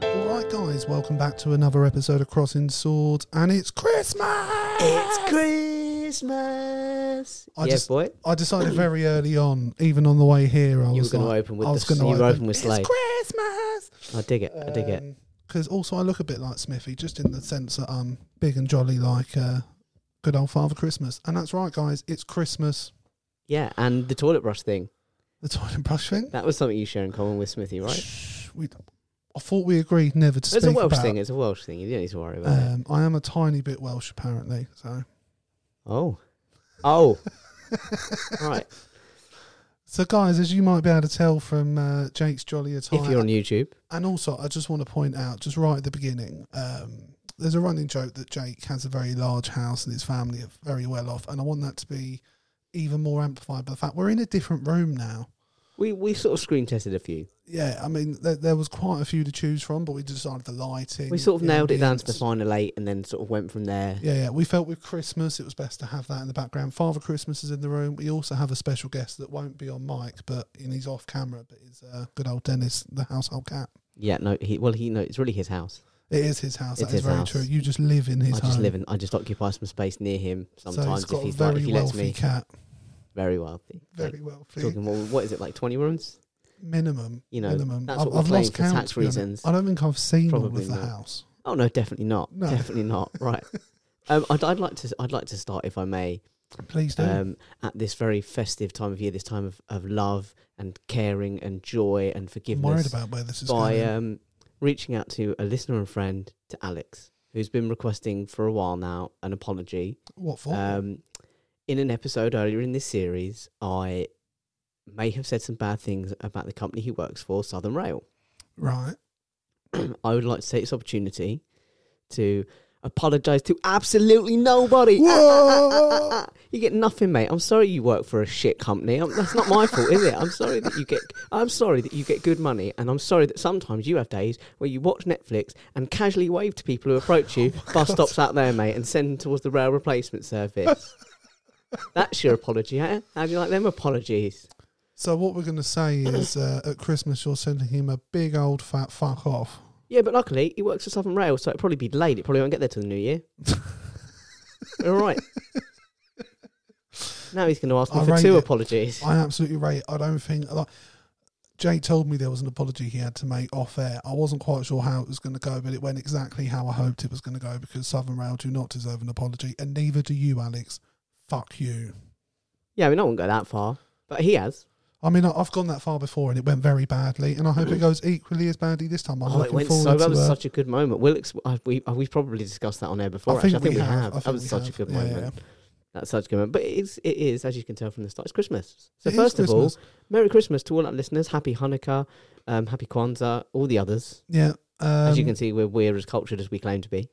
guys, welcome back to another episode of Crossing Swords, and it's Christmas. It's Christmas. I yeah, just- boy. I decided very early on, even on the way here, I You were was going like, to open with I was the, going to you open, were open with Slade. It's Christmas. I dig it. I Uh, dig it. Because also I look a bit like Smithy, just in the sense that I'm big and jolly, like uh, good old Father Christmas. And that's right, guys. It's Christmas. Yeah, and the toilet brush thing. The toilet brush thing. That was something you share in common with Smithy, right? Shh, we, I thought we agreed never to It's a speak Welsh about. thing. It's a Welsh thing. You don't need to worry about it. Um, I am a tiny bit Welsh, apparently. So, Oh. Oh. right. so guys, as you might be able to tell from uh, Jake's jolly attire, If you're on YouTube, And also, I just want to point out, just right at the beginning, um, there's a running joke that Jake has a very large house and his family are very well off. And I want that to be even more amplified by the fact we're in a different room now. we, we sort of screen tested a few. Yeah, I mean, there, there was quite a few to choose from, but we decided the lighting. We sort of the nailed it down to the ambience. final eight and then sort of went from there. Yeah, yeah, we felt with Christmas it was best to have that in the background. Father Christmas is in the room. We also have a special guest that won't be on mic, but and he's off camera, but is uh, good old Dennis, the household cat. Yeah, no, he, well, he no, it's really his house. It is his house. It's that is his very house. true. You just live in his I home. just live in, I just occupy some space near him so sometimes he's got if, he's a very like, if he lets wealthy me. cat, Very wealthy. Like, very wealthy. talking more, what is it, like 20 rooms? minimum, You know, minimum. that's I've, what we're I've playing lost for count. tax to be honest. reasons. I don't think I've seen all Probably of the not. house. Oh no, definitely not. No. Definitely not. Right. Um, I'd, I'd like to. I'd like to start, if I may, Please do. um, at this very festive time of year, this time of, of love and caring and joy and I'm worried forgiveness, about where this is by going. um, reaching out to a listener and friend, to Alex, who's been requesting for a while now an apology. what for? Um, in an episode earlier in this series, I may have said some bad things about the company he works for, Southern Rail. right. I would like to take this opportunity to apologise to absolutely nobody. Whoa! You get nothing, mate. I'm sorry you work for a shit company. Um that's not my fault, is it? I'm sorry that you get. I'm sorry that you get good money, and I'm sorry that sometimes you have days where you watch Netflix and casually wave to people who approach you, bus stops out there, mate, and send them towards the rail replacement service. That's your apology, eh? How do you like them apologies? So what we're going to say is uh, at Christmas you're sending him a big old fat fuck off. Yeah, but luckily he works for Southern Rail, so it'll probably be late. It probably won't get there till the new year. All right. Now he's going to ask me I for rate two it. apologies. I absolutely rate. I don't think. Like, Jay told me there was an apology he had to make off air. I wasn't quite sure how it was going to go, but it went exactly how I hoped it was going to go because Southern Rail do not deserve an apology, and neither do you, Alex. Fuck you. Yeah, I mean, I won't go that far, but he has. I mean, I- I've gone that far before, and it went very badly, and I hope it goes equally as badly this time. I'm Oh, it looking went forward so. That to was uh, such a good moment. We'll ex- I, we uh, we've probably discussed that on air before. I think actually, I think we we have. have. I think That was we such have. a good Yeah, moment. yeah. That's such a good moment. But it is, it is, as you can tell from the start, it's Christmas. So It is first of Christmas. all, Merry Christmas to all our listeners. Happy Hanukkah, um, Happy Kwanzaa, all the others. yeah. Um, as you can see, we're we're as cultured as we claim to be.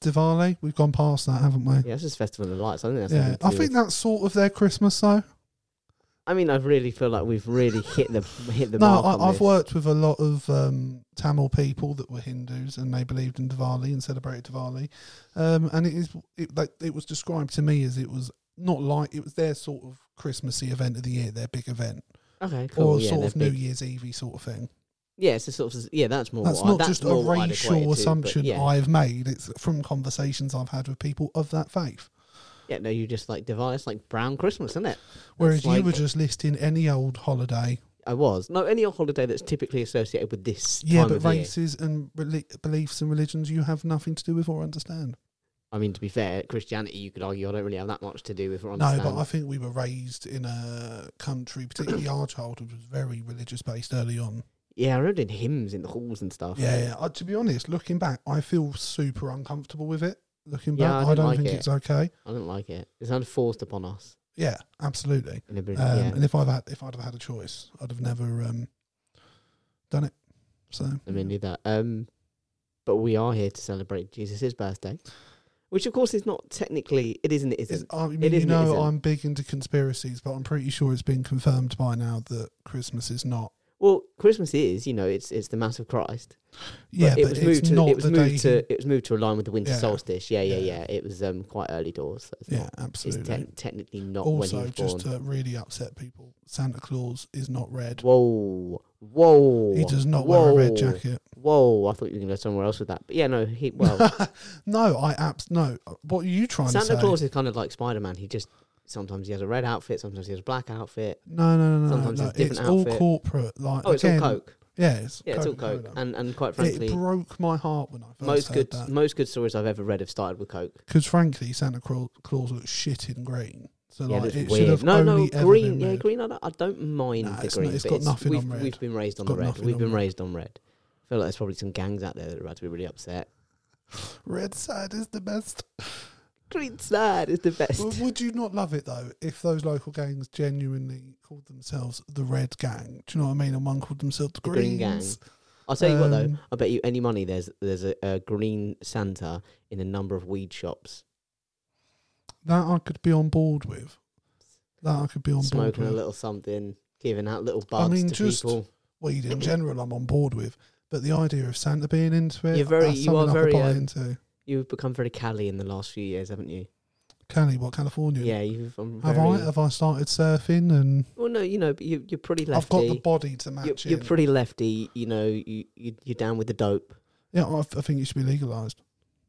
Diwali, we've gone past that, haven't we? Yeah, it's just Festival of Lights. I think that's. Yeah, something to I do think with- that's sort of their Christmas, though. I mean, I really feel like we've really hit the hit the No, mark. on I, I've this. worked with a lot of um, Tamil people that were Hindus and they believed in Diwali and celebrated Diwali, um, and it is it, like, it was described to me as it was not like it was their sort of Christmassy event of the year, their big event, Okay, cool. or yeah, sort they're of New big. Year's Eve sort of thing. Yeah, it's a sort of yeah. That's more. That's what I- not just a more what I'd equate it to, racial but assumption yeah. I've made. It's from conversations I've had with people of that faith. yeah, no, you just like divide. It's like brown Christmas, isn't it? Whereas That's like- you were just listing any old holiday. I was no any holiday that's typically associated with this Yeah, time but of year. races and reli- beliefs and religions you have nothing to do with or understand. I mean, to be fair, Christianity, you could argue I don't really have that much to do with. Or No, understand. but I think we were raised in a country, particularly our childhood was very religious based early on. yeah, I remember in hymns in the halls and stuff. Yeah, yeah. I, to be honest, looking back, I feel super uncomfortable with it. Looking Yeah, back, I I, don't don't like think it. it's okay. I didn't like it. It's kind of forced upon us. Yeah, absolutely. In a bit, Um, yeah. And if I've had, if I'd have had a choice, I'd have never um, done it. So I mean, do that. Um, but we are here to celebrate Jesus' birthday, which of course is not technically. It isn't. It It's, isn't. I mean, it you isn't, know, isn't. I'm big into conspiracies, but I'm pretty sure it's been confirmed by now that Christmas is not. Well, Christmas is. You know, it's it's the Mass of Christ. But Yeah, it but was it's moved to. not It was the moved day. to. It was moved to align with the winter Yeah. solstice. Yeah, yeah, Yeah. yeah. It was um quite early doors. So it's yeah, not. It's absolutely. te- technically not when also, he was just born. to really upset people, Santa Claus is not red. Whoa, whoa! He does not whoa. wear a red jacket. whoa, I thought you were going to go somewhere else with that. But yeah, no, he, well, No, I abs no. What are you trying to Santa say? Claus is kind of like Spider Man. He just, sometimes he has a red outfit, sometimes he has a black outfit. No, no, no, no, Sometimes no. it's It's different all outfit. corporate. Like Oh, it's again, all Coke. Yeah, it's Yeah, it's all Coca-Cola. Coke. And, and quite it frankly, broke my heart when I first most heard good that. most good stories I've ever read have started with Coke. Because frankly, Santa Cla- Claus looks shit in green. So yeah, like, that's it should weird. have No, no, only ever green. been Yeah, red. green. I don't, I don't mind Nah, the it's not- green. it's but got nothing we've, on red. We've been raised on Got the red. nothing We've on been red. raised on red. I feel like there's probably some gangs out there that are about to be really upset. Red side is the best. Green side is the best. W- Would you not love it though if those local gangs genuinely called themselves the Red Gang? Do you know what I mean? And one called themselves the, The Greens. Green I'll tell you what though, Um, I bet you any money there's there's a, a green Santa in a number of weed shops That I could be on board with. That I could be on board smoking with. a little something, giving out little bugs mean, to just- people. Weed in general, I'm on board with. But the idea of Santa being into it, You're very- that's you something are I could very, buy um, into. You've become very Cali in the last few years, haven't you? Cali, what California? Yeah, you've. I'm Have very, I have I started surfing and Well, no, you know, but you, you're pretty I've lefty. got the body to you're, match you're in. pretty lefty. You know, you, you you're down with the dope, yeah, I, I think it should be legalized.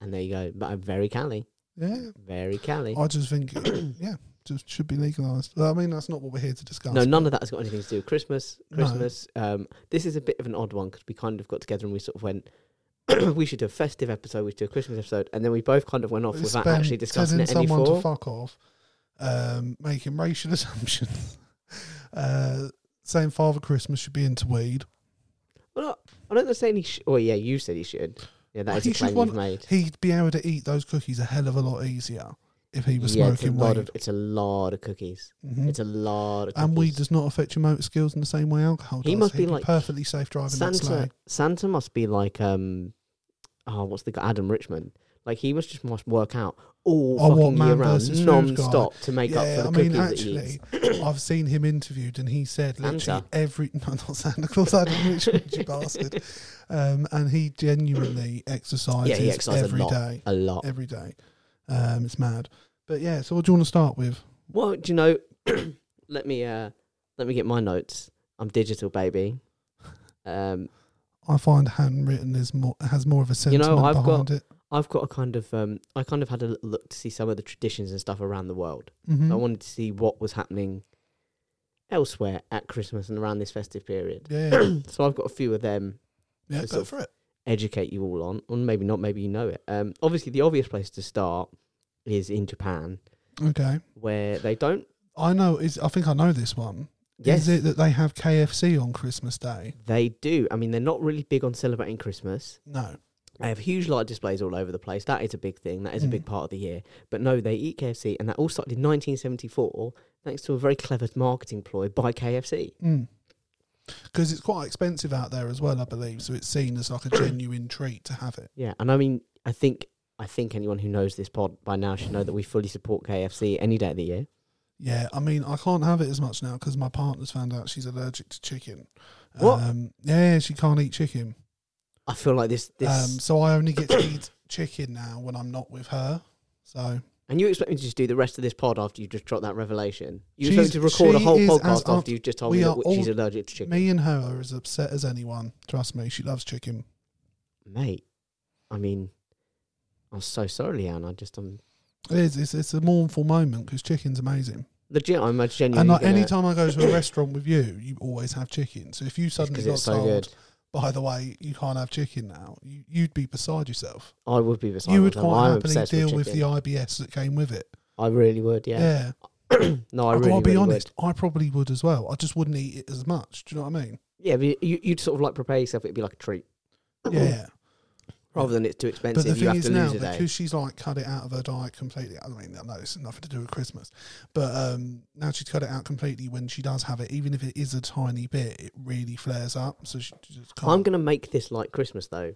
and there you go. But I'm very Cali, Yeah, very Cali. I just think yeah, just should be legalized. Well, I mean, that's not what we're here to discuss. No, none of that has got anything to do with Christmas. No. Christmas. Um, this is a bit of an odd one because we kind of got together and we sort of went. we should do a festive episode. We should do a Christmas episode, and then we both kind of went off We without spent actually discussing telling it any someone further. to fuck off, um, making racial assumptions, uh, saying Father Christmas should be into weed. Well, I don't say any. Sh- well, yeah, you said he should. Yeah, that Well, is he a should claim want- you've made. He'd be able to eat those cookies a hell of a lot easier if he was yeah, it's a smoking lot weed. of it's a lot of cookies. Mhm. It's a lot of cookies. and weed does not affect your motor skills in the same way alcohol does. He must He'd be like perfectly safe driving that Santa slag. Santa must be like um oh what's the guy Adam Richmond like he must just must work out all Oh, what, fucking Man year round versus Food guy? non-stop to make up for Yeah, the I cookies mean, that he actually, eats. I've seen him interviewed, and he said literally Santa. every no, not Santa Claus, Adam Richmond, you bastard. Um, and he genuinely exercises Yeah, he exercises every a lot, day. a lot. every day. Um, it's mad. But yeah, so what do you want to start with? Well, do you know? let me uh let me get my notes. I'm digital, baby. Um, I find handwritten is more has more of a You know, sentiment I've behind it. I've got a kind of um I kind of had a little look to see some of the traditions and stuff around the world. Mhm. I wanted to see what was happening elsewhere at Christmas and around this festive period. yeah, yeah, so I've got a few of them yeah, to go sort for it. educate you all on, or maybe not, maybe you know it. Um, obviously, the obvious place to start is in Japan, Okay, where they don't. I know. Is I think I know this one. Yes, Is it that they have KFC on Christmas Day? they do. I mean, they're not really big on celebrating Christmas. No. They have huge light displays all over the place. That is a big thing. That is a big Mhm. part of the year. But no, they eat KFC, and that all started in 1974 thanks to a very clever marketing ploy by KFC. Because Hmm. it's quite expensive out there as well, I believe. So it's seen as like a genuine treat to have it. Yeah, and I mean, I think I think anyone who knows this pod by now should know that we fully support KFC any day of the year. Yeah, I mean, I can't have it as much now because my partner's found out she's allergic to chicken. What? Um, yeah, she can't eat chicken. I feel like this this Um, so I only get to eat chicken now when I'm not with her. So And you expect me to just do the rest of this pod after you just dropped that revelation? You She's- expect me to record a she whole is as podcast un- after you just told we me are that w- she's all- allergic to chicken? me and her are as upset as anyone. Trust me, she loves chicken. Mate, I mean, I'm so sorry, Leanne. I just, um, I'm It is. It's, it's a mournful moment because chicken's amazing. legit, I'm a genuine. and like any time I go to a restaurant with you, you always have chicken. So if you suddenly because got it's so told, good, by the way, you can't have chicken now, you, you'd be beside yourself. I would be beside you would myself. quite I'm happily obsessed with deal with, the chicken. IBS that came with it. I really would, Yeah. yeah. no, I I've really, got to be really honest, I probably would as well. I just wouldn't eat it as much. Do you know what I mean? would. Yeah, but you, you'd sort of like prepare yourself. It'd be like a treat, Yeah. rather than it's too But the expensive. You thing have is to now, lose a day. because she's like cut it out of her diet completely. I mean, I know it's nothing to do with Christmas, but um, now she's cut it out completely. When she does have it, even if it is a tiny bit, it really flares up. So she just can't. I'm gonna make this like Christmas though.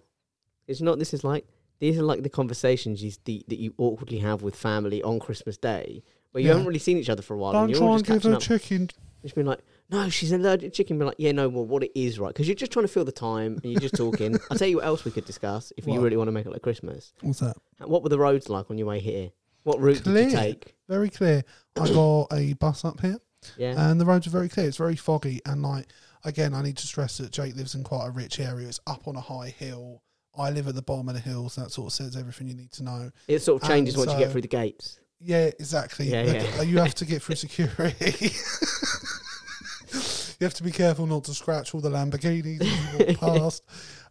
It's not. This is like these are like the conversations you, the, that you awkwardly have with family on Christmas Day, where you Yeah. haven't really seen each other for a while, Don't and you're try all and just give catching her up. chicken. just being like, "No, she's allergic to chicken." Be like, "Yeah, no, well, what it is, right?" Because you're just trying to fill the time and you're just talking. I'll tell you what else we could discuss if you What? really want to make it like Christmas. What's that? What were the roads like on your way here? What route did Clear. you take? Very clear. I got a bus up here. Yeah. Uh, and the roads are very clear. It's very foggy, and like again, I need to stress that Jake lives in quite a rich area. It's up on a high hill. I live at the bottom of the hill, so that sort of says everything you need to know. It sort of changes And once you get so- through the gates. Yeah, exactly. Yeah, Like, yeah. uh, You have to get through security. you have to be careful not to scratch all the Lamborghinis as you walk past.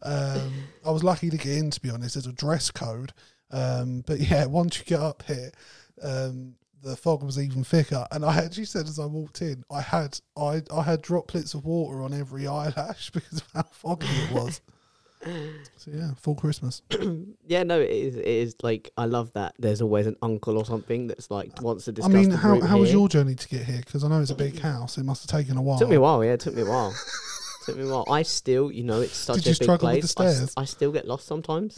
Um, I was lucky to get in, to be honest. There's a dress code. Um, but yeah, once you get up here, um, the fog was even thicker. And I actually said as I walked in, I had I, I had droplets of water on every eyelash because of how foggy it was. so yeah, full Christmas. Yeah, no, it is. It is like I love that. There's always an uncle or something that's like wants to I discuss. mean, the how, route how was here. your journey to get here? Because I know it's a big house. It must have taken a while. Took me a while. Yeah, it took me a while. took me a while. I still, you know, it's such Did a you big struggle with place. the I s- stairs? I, still get lost sometimes.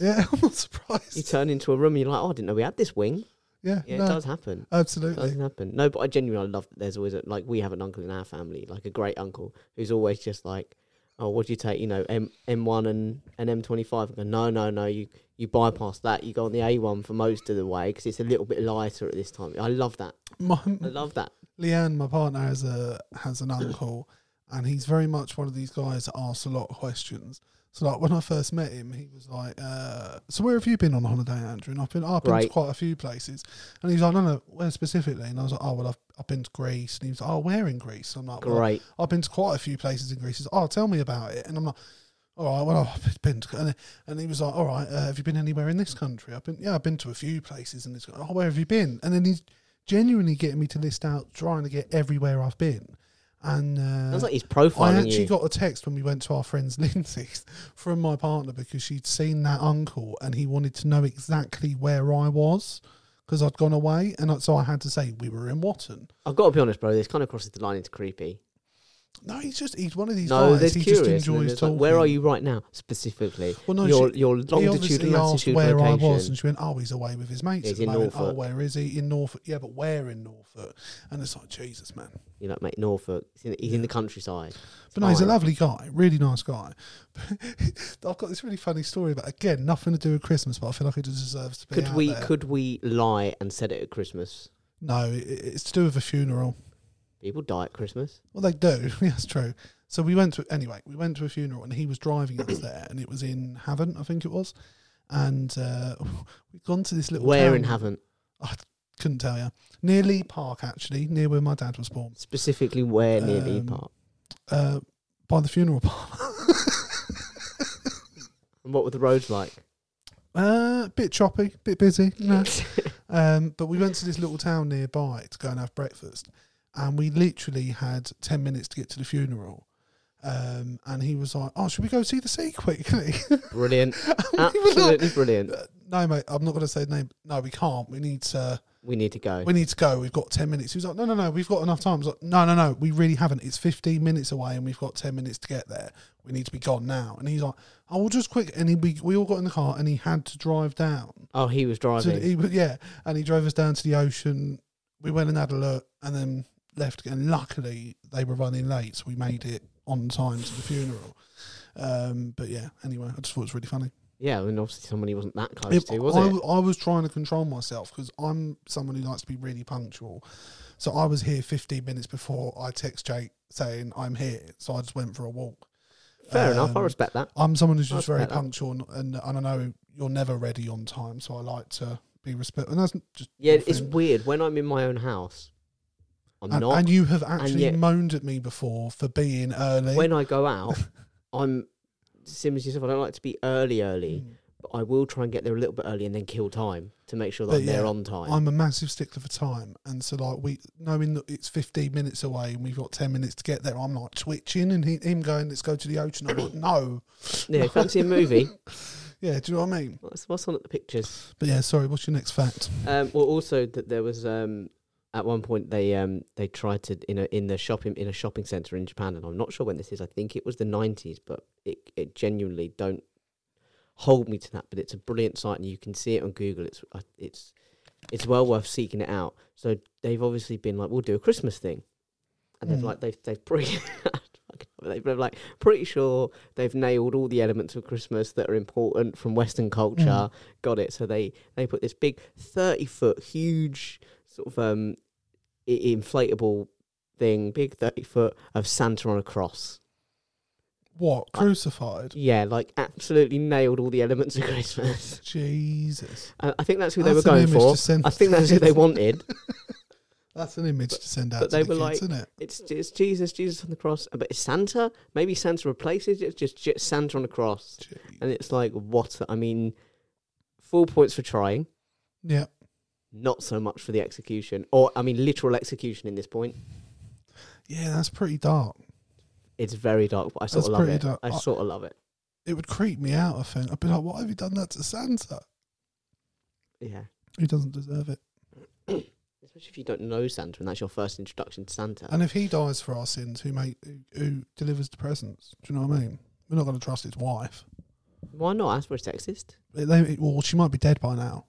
Yeah, I'm not You surprised. turn into a room and you're like, oh, I didn't know we had this wing. Yeah, Yeah, no, it does happen. It absolutely. doesn't happen. No, but I genuinely love that there's always a, like we have an uncle in our family, like a great uncle who's always just like, oh, what do you take? You know, M M1 and and M25. I go, no, no, no. You you bypass that. You go on the A1 for most of the way because it's a little bit lighter at this time. I love that. My, I love that. Leanne, my partner, has a has an uncle, and he's very much one of these guys that asks a lot of questions. So, like when I first met him, he was like, uh, "So where have you been on holiday, Andrew?" And I've been, I've been to Right. quite a few places, and he was like, "No, no, where specifically?" And I was like, "Oh, well, I've, I've been to Greece." And he was like, "Oh, where in Greece?" I'm like, "Well, Great. I've been to quite a few places in Greece. He's like, oh, tell me about it. And I'm like, all right, well, I've been to, and, and he was like, all right, uh, have you been anywhere in this country? I've been, yeah, I've been to a few places. And he's like, oh, where have you been? And then he's genuinely getting me to list out, trying to get everywhere I've been. And uh, Sounds like he's I profiling actually you. got a text when we went to our friend's Lindsay's from my partner because she'd seen that uncle and he wanted to know exactly where I was because I'd gone away. And I- so I had to say, we were in Wotton. I've got to be honest, bro. This kind of crosses the line into creepy. No, he's just, he's one of these No, guys. there's He curious. just and enjoys there's like, talking. Where are you right now, specifically? Well, no, your she- your He longitude obviously and asked latitude where location. I was, and she went, "Oh, he's away with his mates He's at the in moment. Oh, Norfolk. where is he? In Norfolk? Yeah, but where in Norfolk?" And it's like, Jesus, man. You know, mate, Norfolk. He's in, he's in the countryside. But no, he's a Fine. lovely guy, really nice guy. I've got this really funny story about again nothing to do with Christmas, but I feel like it deserves to be. Could out we there. could we lie and set it at Christmas? No, it, it's to do with a funeral. People die at Christmas. Well, they do. That's true. So we went to anyway. We went to a funeral, and he was driving us there, and it was in Haven, I think it was. And uh, we'd gone to this little Where town. and haven't couldn't tell you. Near Lee Park, actually, near where my dad was born, specifically where near Lee Um, Park. uh, by the funeral parlour. And what were the roads like? uh, bit choppy, bit busy. No. um, but we went to this little town nearby to go and have breakfast, and we literally had ten minutes to get to the funeral. Um, and he was like, "Oh, should we go see the sea quickly?" Brilliant, And we were like, absolutely brilliant. no, mate, I'm not going to say the name. No, we can't. We need to. We need to go. we need to go. We've got 10 minutes. He was like, no, no, no, we've got enough time. I was like, no, no, no, we really haven't. It's 15 minutes away and we've got 10 minutes to get there. We need to be gone now. And he's like, I will just quick. And he, we, we all got in the car and he had to drive down. Oh, he was So driving. he, yeah. And he drove us down to the ocean. We went and had a look and then left. And luckily, they were running late. So we made it on time to the funeral. Um, but yeah, anyway, I just thought it was really funny. yeah, and obviously someone he wasn't that close If to, was I, it? w- I was trying to control myself because I'm someone who likes to be really punctual. So I was here 15 minutes before I text Jake saying I'm here. So I just went for a walk. Fair enough. I um, respect that. I'm someone who's I just very respect that. punctual and, and, and I know you're never ready on time. So I like to be respectful. And that's just. Yeah, your it's thing. weird when I'm in my own house. I'm And, not. and you have actually yet- moaned at me before for being early. when I go out, I'm similar to yourself. I don't like to be early, early, Mm. Hmm. but I will try and get there a little bit early and then kill time to make sure that But I'm there yeah, on time. I'm a massive stickler for time, and so like we knowing that it's 15 minutes away and we've got 10 minutes to get there, I'm like twitching, and he, him going, "Let's go to the ocean." I'm like, "No, yeah, fancy a movie. yeah, do you know what I mean?" What's, what's on at the pictures? But yeah, sorry. What's your next fact? Um, well, also that there was um, at one point they um, they tried to in a in the shopping in a shopping center in Japan, and I'm not sure when this is. I think it was the 90s, but it it genuinely don't hold me to that. But it's a brilliant site, and you can see it on Google. It's uh, it's it's well worth seeking it out. So they've obviously been like, we'll do a Christmas thing, and they've Mm. like they've they've pre. They've been like pretty sure they've nailed all the elements of Christmas that are important from Western culture. Mm. Got it. So they they put this big thirty foot huge sort of um i- inflatable thing, big thirty foot of Santa on a cross. What? Crucified? Yeah, like absolutely nailed all the elements of Christmas. Jesus. And I think that's who That's they an were going image for. to send I think that's who they wanted. That's an image to send out but to they the were kids, like- isn't it? It's it's Jesus, Jesus on the cross. Uh, But it's Santa. Maybe Santa replaces it. It's just, just Santa on the cross. Gee. And it's like what? I mean, full points for trying. Yeah. Not so much for the execution, or I mean, literal execution. In this point, Yeah, that's pretty dark. it's very dark, but I sort That's of love pretty it. dark. Oh. I I- sort of love it. It would creep me out, I think. I'd be like, why have you done that to Santa? Yeah, He doesn't deserve it. especially if you don't know Santa and that's your first introduction to Santa. And if he dies for our sins, who make who- who delivers the presents? Do you know what I mean? We're not going to trust his wife. Why not? That's very sexist. It- they- it- well, she might be dead by now.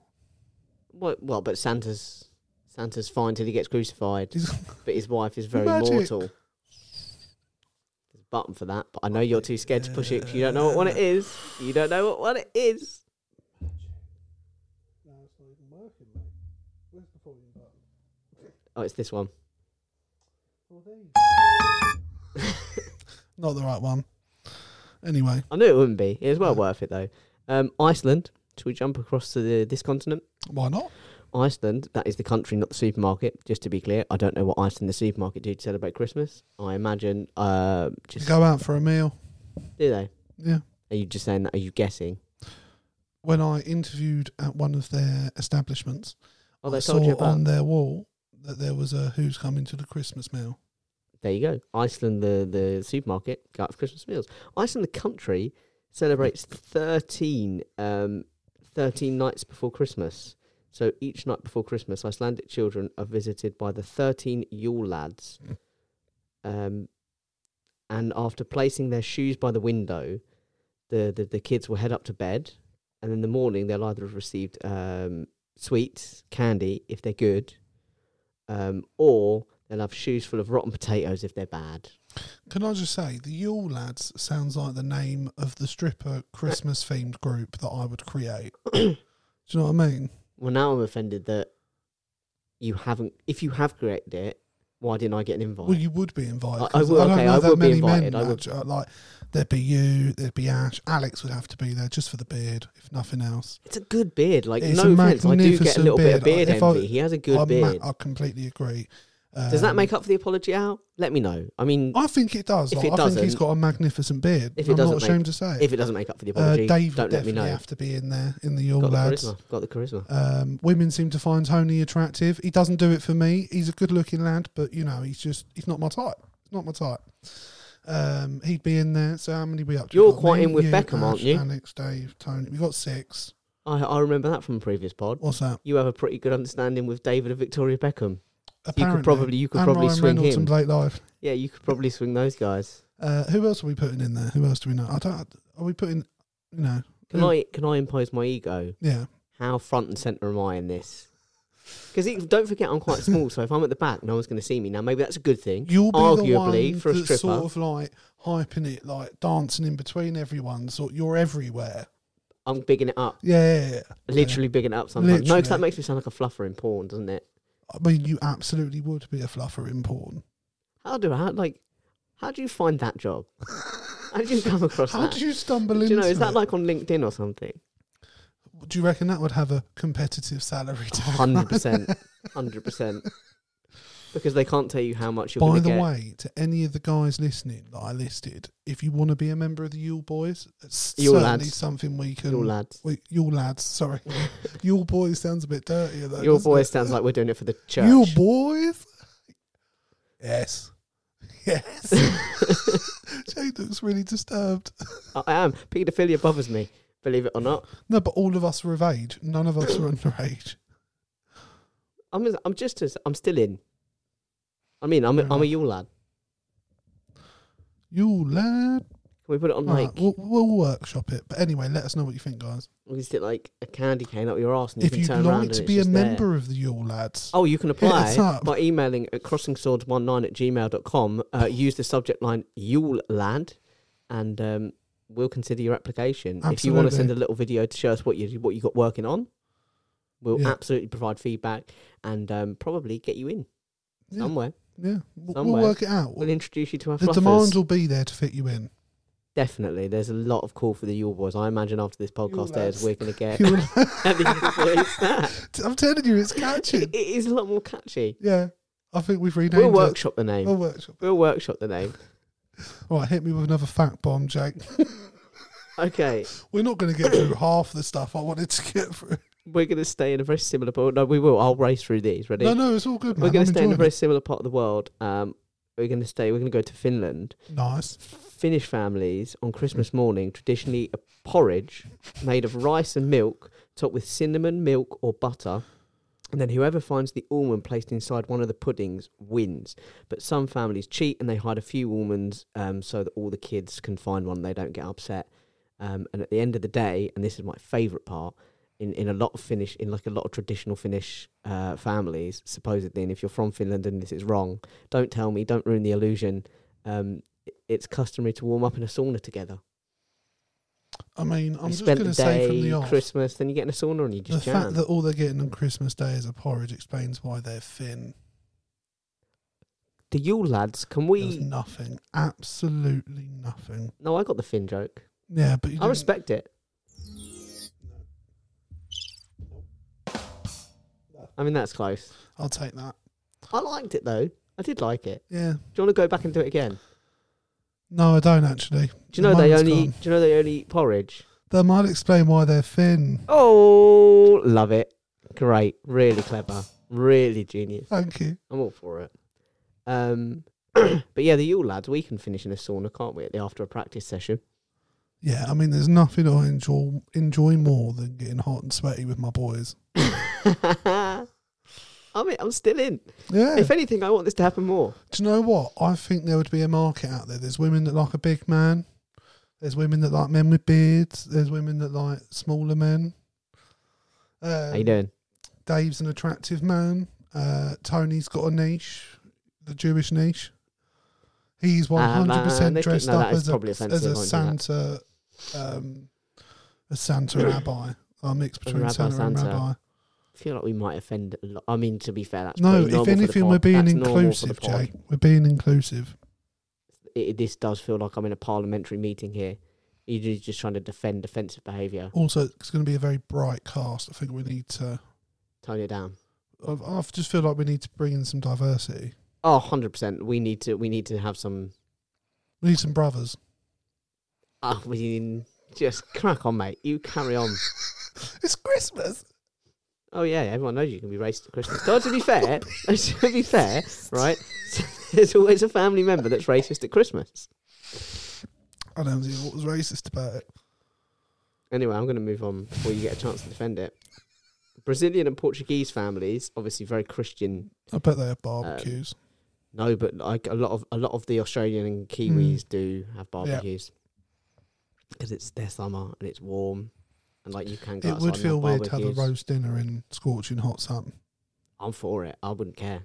Well, well, but Santa's Santa's fine till he gets crucified, He's- but his wife is very Magic. mortal. There's a button for that, but I know you're too scared to push it 'cause you don't know what one it is. You don't know what one it is. Oh, it's this one. not the right one. Anyway, I knew it wouldn't be. It was well No. worth it though. Um, Iceland. Should we jump across to the, this continent? why not? Iceland, that is the country, not the supermarket. Just to be clear, I don't know what Iceland the supermarket do to celebrate Christmas. I imagine uh, You just go out for a meal. do they? Yeah. Are you just saying that? Are you guessing? When I interviewed at one of their establishments, Oh, they I told saw you about. on their wall that there was a "Who's coming to the Christmas meal?" There you go. Iceland, the, the supermarket, go out for Christmas meals. Iceland, the country, celebrates 13, um, 13 nights before Christmas. So each night before Christmas, Icelandic children are visited by the 13 Yule lads. Um, and after placing their shoes by the window, the, the, the kids will head up to bed. And in the morning, they'll either have received um, sweets, candy, if they're good, um, or They'll have shoes full of rotten potatoes if they're bad. Can I just say, the Yule Lads sounds like the name of the stripper Christmas themed group that I would create. Do you know what I mean? Well, now I'm offended that you haven't. If you have corrected it, why didn't I get an invite? Well, you would be invited. I- I 'cause will- okay, I will be invited, I that would- ju- like there'd be you, there'd be Ash, Alex would have to be there just for the beard, if nothing else. it's a good beard. Like It's no a offense, I do get a magnificent little bit of beard. beard I- if I- envy. he has a good I, ma- beard. I completely agree. Does that Um, make up for the apology out? Let me know. I mean, I think it does. if Like, it I think he's doesn't- got a magnificent beard. if it I'm doesn't not make- ashamed to say. if it doesn't make up for the uh, apology, Dave would don't let me definitely know. have to be in there in the Yule Got the Lads. charisma. Got the charisma. Um, women seem to find Tony attractive. He doesn't do it for me. He's a good-looking lad, but you know, he's just he's not my type. He's not my type. Um, he'd be in there. So how many we up to? You're We've got quite me, in with you, Beckham, aren't Ash, you? Alex, Dave, Tony. We've got six. I I remember that from a previous pod. What's that? You have a pretty good understanding with David and Victoria Beckham. Apparently, You could probably you could and probably Ryan swing Reynolds him. and Blake Live. yeah, you could probably swing those guys. Uh, who else are we putting in there? Who else do we know? I don't. Are we putting? You know. Can who- I can I impose my ego? Yeah. how front and centre am I in this? Because don't forget, I'm quite small, so if I'm at the back, no one's going to see me. Now, maybe that's a good thing. You'll be Arguably, the one for a that's stripper. sort of like hyping it, like dancing in between everyone. Sort you're everywhere. I'm bigging it up, Yeah, yeah, yeah. literally bigging it up sometimes. No, because that Literally. makes me sound like a fluffer in porn, doesn't it? I mean, you absolutely would be a fluffer in porn. How do I like? How do you find that job? How did you come across How that? do you stumble Do into you know, is that it? like on LinkedIn or something? Do you reckon that would have a competitive Oh, salary tag? Hundred percent, hundred percent. Because they can't tell you how much you're By going to the get. way, to any of the guys listening that I listed, if you want to be a member of the Yule Boys, it's Yule certainly lads. something we can. Your lads, we- Yule lads, sorry. Yule Boys sounds a bit dirtier though. your doesn't voice it? sounds like we're doing it for the church. Yule Boys? Yes. Yes. Jay looks really disturbed. I I am. Paedophilia bothers me, believe it or not. No, but all of us are of age. None of us are underage. I'm as, I'm just as I'm still in. I mean, I'm a, Fair I'm a Yule lad. Yule lad. Can we put it on like Alright, we'll, we'll workshop it. But anyway, let us know what you think, guys. we stick like a candy cane up your ass and you if can you'd turn around like and to it's be a just there. member of the Yule Lads, Oh, you can us apply up. by emailing at crossingswords19 at gmail.com. Uh, use the subject line Yule lad and um, we'll consider your application. If you want to Absolutely. send a little video to show us what you what you got working on, we'll Yeah. absolutely provide feedback and um, probably get you in Yeah. somewhere. yeah, we'll, we'll somewhere. work it out. We'll introduce you to our the fluffers. demand will be there to fit you in. Definitely, there's a lot of call for the Yule Boys. I imagine after this podcast lads. airs, we're going to get Yule- at the Yule Boys that. I'm telling you, it's It catching. is a lot more catchy. Yeah, I think we've renamed We'll it. workshop the name. We'll workshop. We'll workshop the name. All right, hit me with another fact bomb, Jake. Okay, We're not going to get through half the stuff I wanted to get through. we're going to stay in a very similar part. No, we will. I'll race through these. Ready? No, no, it's all good, man. we're going I'm to stay in a enjoying very it. similar part of the world. Um, we're going to stay. We're going to go to Finland. Nice. Finnish families on Christmas morning traditionally a porridge made of rice and milk, topped with cinnamon, milk, or butter. And then whoever finds the almond placed inside one of the puddings wins. But some families cheat and they hide a few almonds um, so that all the kids can find one. They don't get upset. Um, and at the end of the day, and this is my favourite part, in, in a lot of Finnish, in like a lot of traditional Finnish uh, families, supposedly, and if you're from Finland and this is wrong, don't tell me, don't ruin the illusion. Um, i- it's customary to warm up in a sauna together. I mean, I'm you just spend going the to say from day, the off, Christmas, then you get in a sauna and you the just fact jam. that all they're getting on Christmas Day is a porridge explains why they're thin. the Yule lads, can There's we? nothing, absolutely nothing. No, I got the Finn joke. Yeah, but you I didn't- respect it. I mean, that's close. I'll take that. I liked it though. I did like it. Yeah. Do you want to go back and do it again? No, I don't actually. Do you know The they moment's only? gone. Do you know they only eat porridge? That might explain why they're thin. Oh, love it! Great, really clever, really genius. Thank you. I'm all for it. Um, but yeah, the Yule lads, we can finish in a sauna, can't we? At the after a practice session. Yeah, I mean, there's nothing I enjoy enjoy more than getting hot and sweaty with my boys. I'm in, I'm still in. Yeah. If anything, I want this to happen more. Do you know what? I think there would be a market out there. There's women that like a big man. There's women that like men with beards. There's women that like smaller men. Um, How you doing? Dave's an attractive man. Uh, Tony's got a niche, the Jewish niche. He's Ah, man, 100% they keep- dressed no, that up is as a, probably offensive, as a I won't Santa, um, a Santa rabbi. A mix between rabbi, Santa, and Santa. rabbi. I feel like we might offend. A lot. I mean, to be fair, that's No, pretty if normal for the anything, pod. we're being That's normal for the inclusive, pod. Jake. We're being inclusive. It, this does feel like I'm in a parliamentary meeting here. You're ju- just trying to defend offensive behaviour. Also, it's going to be a very bright cast. I think we need to. Tone it down. I I just feel like we need to bring in some diversity. Oh, 100 percent. We need to. We need to have some. We need some brothers. Ah, we need- just crack on, mate. You carry on. It's Christmas. Oh yeah, everyone knows you can be racist at Christmas. God, to be fair, to be fair, right? There's always a family member that's racist at Christmas. I don't see what was racist about it. Anyway, I'm going to move on before you get a chance to defend it. Brazilian and Portuguese families, obviously very Christian. I bet they have barbecues. Um, No, but like a lot of a lot of the Australian and Kiwis Hmm. do have barbecues because it's their summer and it's warm, and like you can go. it outside would and feel weird to have a barbecues. roast dinner in scorching hot sun. I'm for it. I wouldn't care.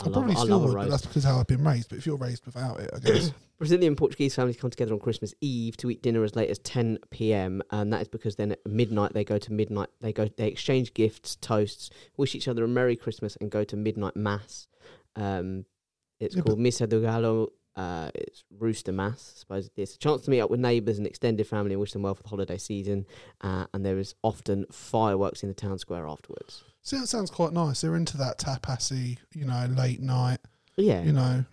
I, I, love, probably I still love a would, but roast. that's because how I've been raised. But if you're raised without it, I guess. Brazilian and Portuguese families come together on Christmas Eve to eat dinner as late as 10 p.m. and that is because then at midnight they go to midnight they go they exchange gifts, toasts, wish each other a merry Christmas, and go to midnight mass. Um, it's Yeah, called Missa do Galo. Uh, it's rooster mass. I suppose it's a chance to meet up with neighbours and extended family and wish them well for the holiday season. Uh, and there is often fireworks in the town square afterwards. See, that sounds quite nice. They're into that tapasy, you know, late night, Yeah, you know.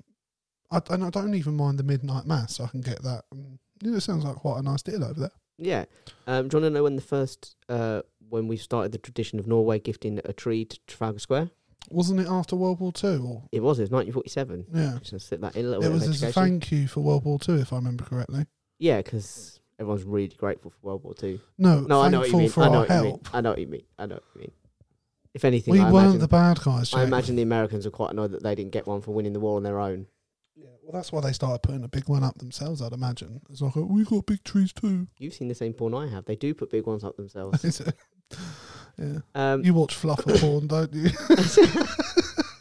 I, and I don't even mind the midnight mass. I can get that. Mm, You know, it sounds like quite a nice deal over there. Yeah. Um, do you want to know when the first, uh, when we started the tradition of Norway gifting a tree to Trafalgar Square? Wasn't it after World War Two? Or It was, it was 1947. yeah, Just gonna slip that in a little it bit was of as a education. thank you for World War Two, if I remember correctly. Yeah, because everyone's really grateful for World War Two. No, No, I know what you thankful mean. for I know our what you mean. help. I know what you mean. I know what you mean. If anything, We I, weren't imagine, the bad guys. Jake. I imagine the Americans are quite annoyed that they didn't get one for winning the war on their own. Yeah, well, that's why they started putting a big one up themselves. I'd imagine. It's like oh, we got big trees too. You've seen the same porn I have. They do put big ones up themselves. Is it? yeah, Um, you watch fluffer porn, don't you? You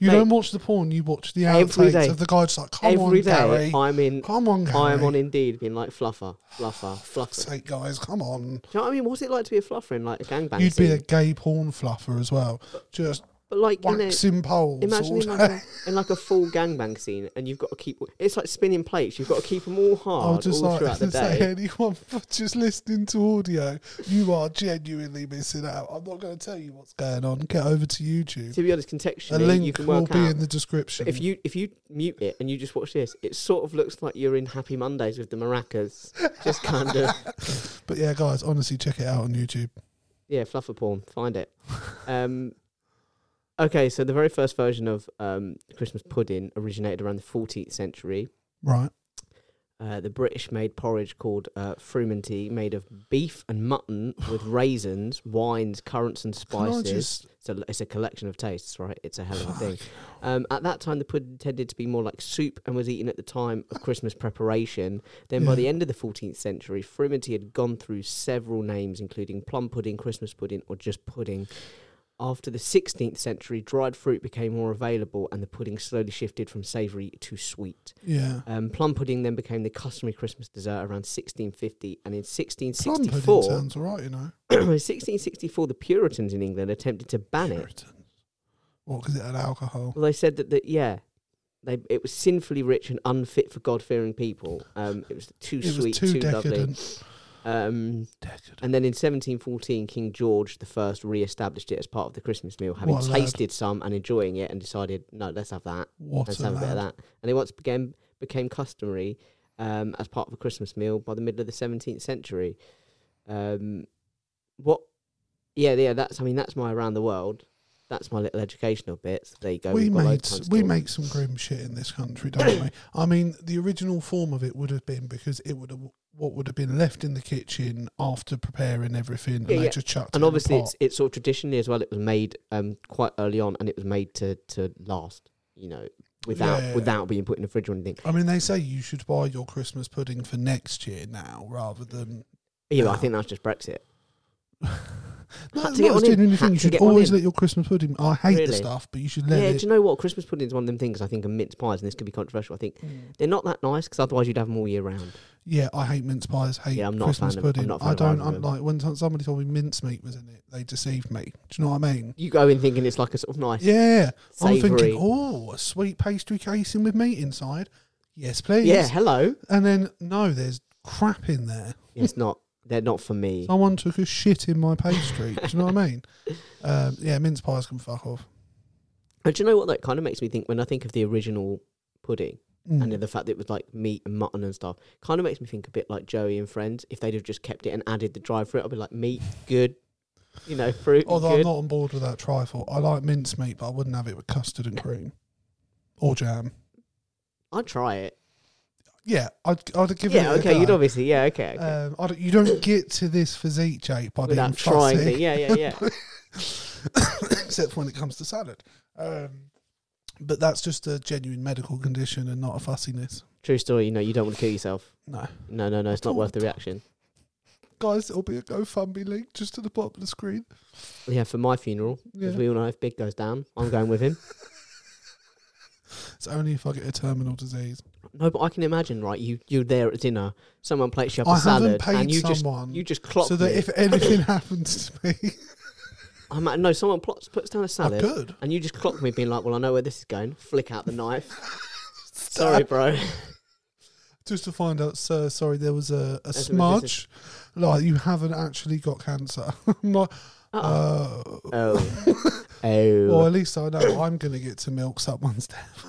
Mate. don't watch the porn. You watch the Every outtakes day. of the guy just like, come every on, day Gary, I'm in. come on, Gary, I am on Indeed, being like fluffer, fluffer, fluffer. Sake, guys, come on. Do you know what I mean? What's it like to be a fluffer in like a gangbang? You'd be scene? a gay porn fluffer as well. Just But like you know, waxing poles. imagine all in like, day. a, in like a full gangbang scene, and you've got to keep. It's like spinning plates. You've got to keep them all I hard would just all like throughout the to say, day. anyone just listening to audio, you are genuinely missing out. I'm not going to tell you what's going on. Get over to YouTube. To be honest, A contextually, you link can will work be out. in the description. If you if you mute it and you just watch this, it sort of looks like you're in Happy Mondays with the maracas. Just kind of but yeah, guys, honestly, check it out on YouTube. yeah, fluffer porn. Find it. Um, okay, so the very first version of um, Christmas pudding originated around the 14th century. Right. Uh, the British made porridge called uh, frumenty, made of beef and mutton with raisins, wines, currants, and Can I spices. just- It's a, it's a collection of tastes, right? It's a hell of a thing. Um, at that time, the pudding tended to be more like soup and was eaten at the time of Christmas preparation. Then, by Yeah. the end of the 14th century, frumenty had gone through several names, including plum pudding, Christmas pudding, or just pudding. After the 16th century, dried fruit became more available, and the pudding slowly shifted from savoury to sweet. Yeah. Um, plum pudding then became the customary Christmas dessert around 1650, and in Plum 1664, pudding sounds all right, you know. in 1664, the Puritans in England attempted to ban it. Puritans. What, because it had alcohol? Well, they said that, that yeah, they, it was sinfully rich and unfit for God fearing people. Um, it was too It sweet, was too, lovely. decadent. Um, Decadent. and then in 1714, King George I re-established it as part of the Christmas meal, having What a lad. tasted some and enjoying it, and decided, no, let's have that. What Let's a have a bit of lad. that. And it once became became customary um, as part of a Christmas meal by the middle of the 17th century. Um, what? Yeah, yeah. That's I mean that's my around the world. That's my little educational bits. There you go. we we've got made loads of time we still. make some grim shit in this country, don't we? I mean, the original form of it would have been because it would have what would have been left in the kitchen after preparing everything, Yeah, and they yeah. just chucked. And it obviously, in a pot. it's it's sort of traditionally as well. It was made um, quite early on, and it was made to to last. You know, without Yeah. without being put in the fridge or anything. I mean, they say you should buy your Christmas pudding for next year now, rather than. Yeah, but I Wow. think that's just Brexit. No, Had not to get on in. genuinely Had think you to should get on always in. let your Christmas pudding. I hate the Really? stuff, but you should let Yeah, do it. you know what? Christmas pudding is one of them things I think are mince pies, and this could be controversial. I think they're not that nice because otherwise you'd have them all year round. Yeah, I hate mince pies. Hate Yeah, I'm not a Christmas fan of- I'm pudding. not a fan I of don't. either of I'm them. like when t- somebody told me mincemeat was in it, they deceived me. Do you know what I mean? You go in thinking it's like a sort of nice. Yeah, I'm Savoury. thinking, oh, a sweet pastry casing with meat inside. Yes, please. Yeah, hello. And then no, there's crap in there. It's not. They're not for me. Someone took a shit in my pastry. Do you know what I mean? Um, yeah, mince pies can fuck off. And do you know what? That kind of makes me think when I think of the original pudding Mm. and the fact that it was like meat and mutton and stuff. Kind of makes me think a bit like Joey and Friends. If they'd have just kept it and added the dried fruit, I'd be like meat good, you know, fruit Although I'm good. not on board with that trifle. I like mince meat, but I wouldn't have it with custard and cream or jam. I'd try it. Yeah, I'd I'd give yeah, it. okay. A You'd go. obviously yeah, okay. okay. Um, I don't, you don't get to this physique, Jake, by Without being fussy. trying it, yeah, yeah, yeah. except for when it comes to salad. Um, but that's just a genuine medical condition and not a fussiness. True story. You know, you don't want to kill yourself. No. No, no, no. It's not worth the reaction. Guys, it'll be a GoFundMe link just to the bottom of the screen. Yeah, for my funeral, because Yeah. we all know if Big goes down, I'm going with him. It's only if I get a terminal disease. No, but I can imagine, right? You you're there at dinner, someone plates you up a I haven't salad, paid and you just someone you just clock so that me. if anything happens to me, I'm at, no, someone plots, puts down a I salad, could. and you just clock me, being like, "Well, I know where this is going." Flick out the knife. Sorry, bro. Just to find out, sir, sorry, there was a, a That's smudge. Like, you haven't actually got cancer. I'm like, Uh-oh. oh. oh, oh. Well, at least I know I'm going to get to milk someone's death.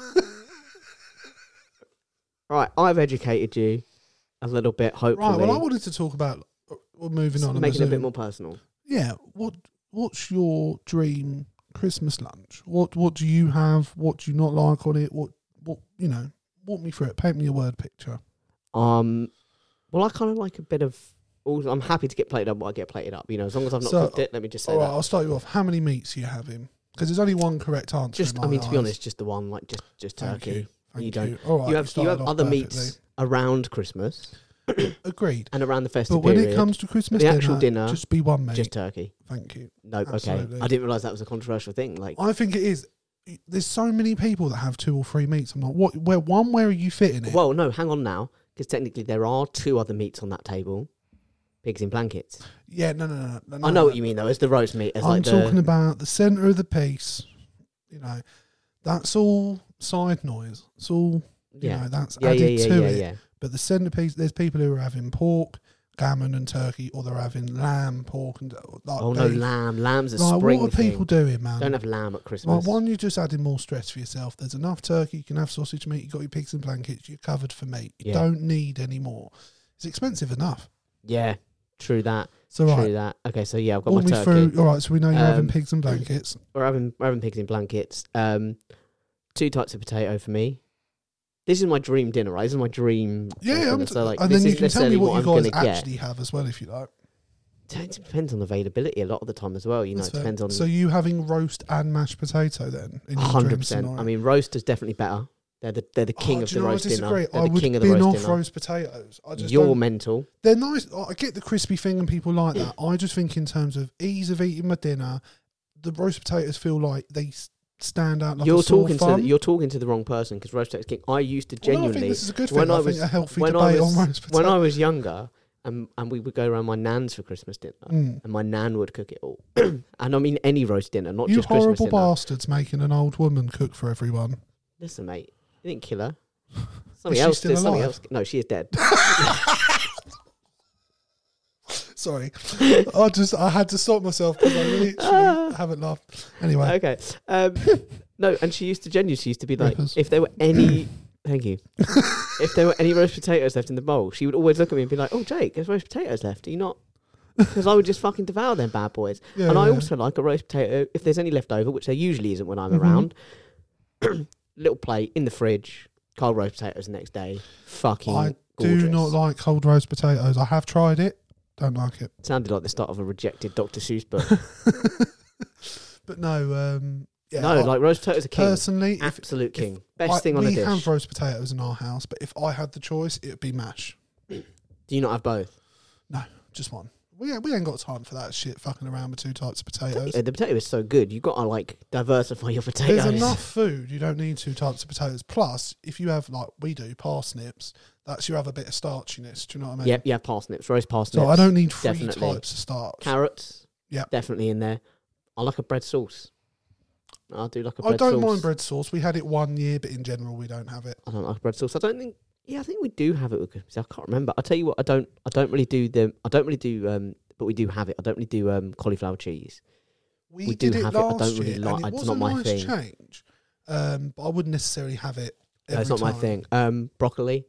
Right, I've educated you a little bit. Hopefully, Right, well, I wanted to talk about, well, moving Just on. I'm making it a bit assuming. more personal. yeah what what's your dream christmas lunch what what do you have what do you not like on it what what you know walk me through it paint me a word picture Um, well, I kind of like a bit of. all- I'm happy to get plated up. What I get plated up, you know, as long as I've not So, cooked it. Let me just say all right that. i'll start you off how many meats are you having because there's only one correct answer Just, in I my mean, to be eyes. honest, just the one, like just just Thank turkey. you. Thank you don't. all right you have you started have off other meats perfectly. around Christmas agreed and around the but festive when period. it comes to christmas the dinner, actual dinner, just be one meat just turkey. thank you No, okay. Absolutely. I didn't realize that was a controversial thing. Like, i think it is there's so many people that have two or three meats i'm like what where one where are you fitting it well, no, hang on now, because technically there are two other meats on that table. Pigs in blankets. yeah no no no, no, no I know no. what you mean though. It's the roast meat. It's I'm like the talking about the centre of the piece you know, that's all side noise. It's all you Yeah. know, that's Yeah, added yeah, yeah, to yeah, it. yeah. But the centerpiece, there's people who are having pork, gammon, and turkey, or they're having lamb, pork, and uh, like Oh no, beef. lamb. Lamb's a Like, spring what are thing. people doing, man? Don't have lamb at Christmas. Like one, you're just adding more stress for yourself. There's enough turkey. You can have sausage meat. You got your pigs and blankets. You're covered for meat. You Yeah. don't need any more. It's expensive enough. Yeah, true that. So true right, that. Okay, so yeah, I've got walk my me turkey. through. All right, so we know you're having Um, pigs and blankets. We're having we're having pigs in blankets. Um, two types of potato for me. This is my dream dinner, right? This is my dream. Yeah, dinner, I'm so like, and this then you is can tell me necessarily what, what you I'm guys gonna get. actually have as well, if you like. It depends on availability a lot of the time as well. You know, That's it fair. depends on So you having roast and mashed potato then? In your dream hundred percent. scenario? I mean, roast is definitely better. They're the they're the king Oh, of do the you know, roast I disagree. dinner. They're I the would king of bin the off roast dinner. roast potatoes. I just You're don't- mental. they're nice. I I get the crispy thing and people like that. Mm. I just think in terms of ease of eating my dinner, the roast potatoes feel like they s- stand out. Like a you're sore talking to thumb. the, you're talking to the wrong person because roast potatoes king. I used to Although genuinely I think this is a good when thing. I, I think was- a healthy when debate I was on roast when potatoes. I was younger, and and we would go around my nan's for Christmas dinner, Mm. and my nan would cook it all, and I mean any roast dinner, not You just Christmas horrible dinner. bastards making an old woman cook for everyone. Listen, mate, you didn't kill her. Somebody she else still did. Somebody alive? else. No, she is dead. Sorry, I just I had to stop myself because I literally haven't laughed. Anyway, okay. Um, no, and she used to genuinely. She used to be like, Rippers. if there were any, thank you. if there were any roast potatoes left in the bowl, she would always look at me and be like, "Oh, Jake, there's roast potatoes left. Are you not?" Because I would just fucking devour them bad boys. Yeah, and I yeah. also like a roast potato if there's any left over, which there usually isn't when I'm Mhm. around. Mm-hmm. little plate in the fridge, cold roast potatoes the next day. Fucking I gorgeous. do not like cold roast potatoes. I have tried it. Don't like it. Sounded like the start of a rejected Dr. Seuss book. But no, um, yeah, no, I- like roast potatoes are king. personally, if Absolute king. I- Best thing on a we dish. have roast potatoes in our house, but if I had the choice, it would be mash. Do you not have both? Just one. We we ain't got time for that shit. Fucking around with two types of potatoes. Uh, The potato is so good. You've got to like diversify your potatoes. There's enough food. You don't need two types of potatoes. Plus, if you have like we do parsnips, that's you have a bit of starchiness. Do you know what I mean? Yep, yeah, parsnips, roast So parsnips. I don't need three definitely. types of starch. Carrots. Yep. Definitely in there. I like a bread sauce. I do like a bread I don't sauce. mind bread sauce. We had it one year, but in general, we don't have it. I don't like bread sauce. I don't think. Yeah, I think we do have it with Christmas. I can't remember. I tell you what, I don't. I don't really do them. I don't really do. Um, but we do have it. I don't really do um cauliflower cheese. We, We do did it have it. I last don't really year, like- and it it's was not a my nice thing. change. Um, but I wouldn't necessarily have it. Every No, Uh, it's not my time. thing. Um, broccoli.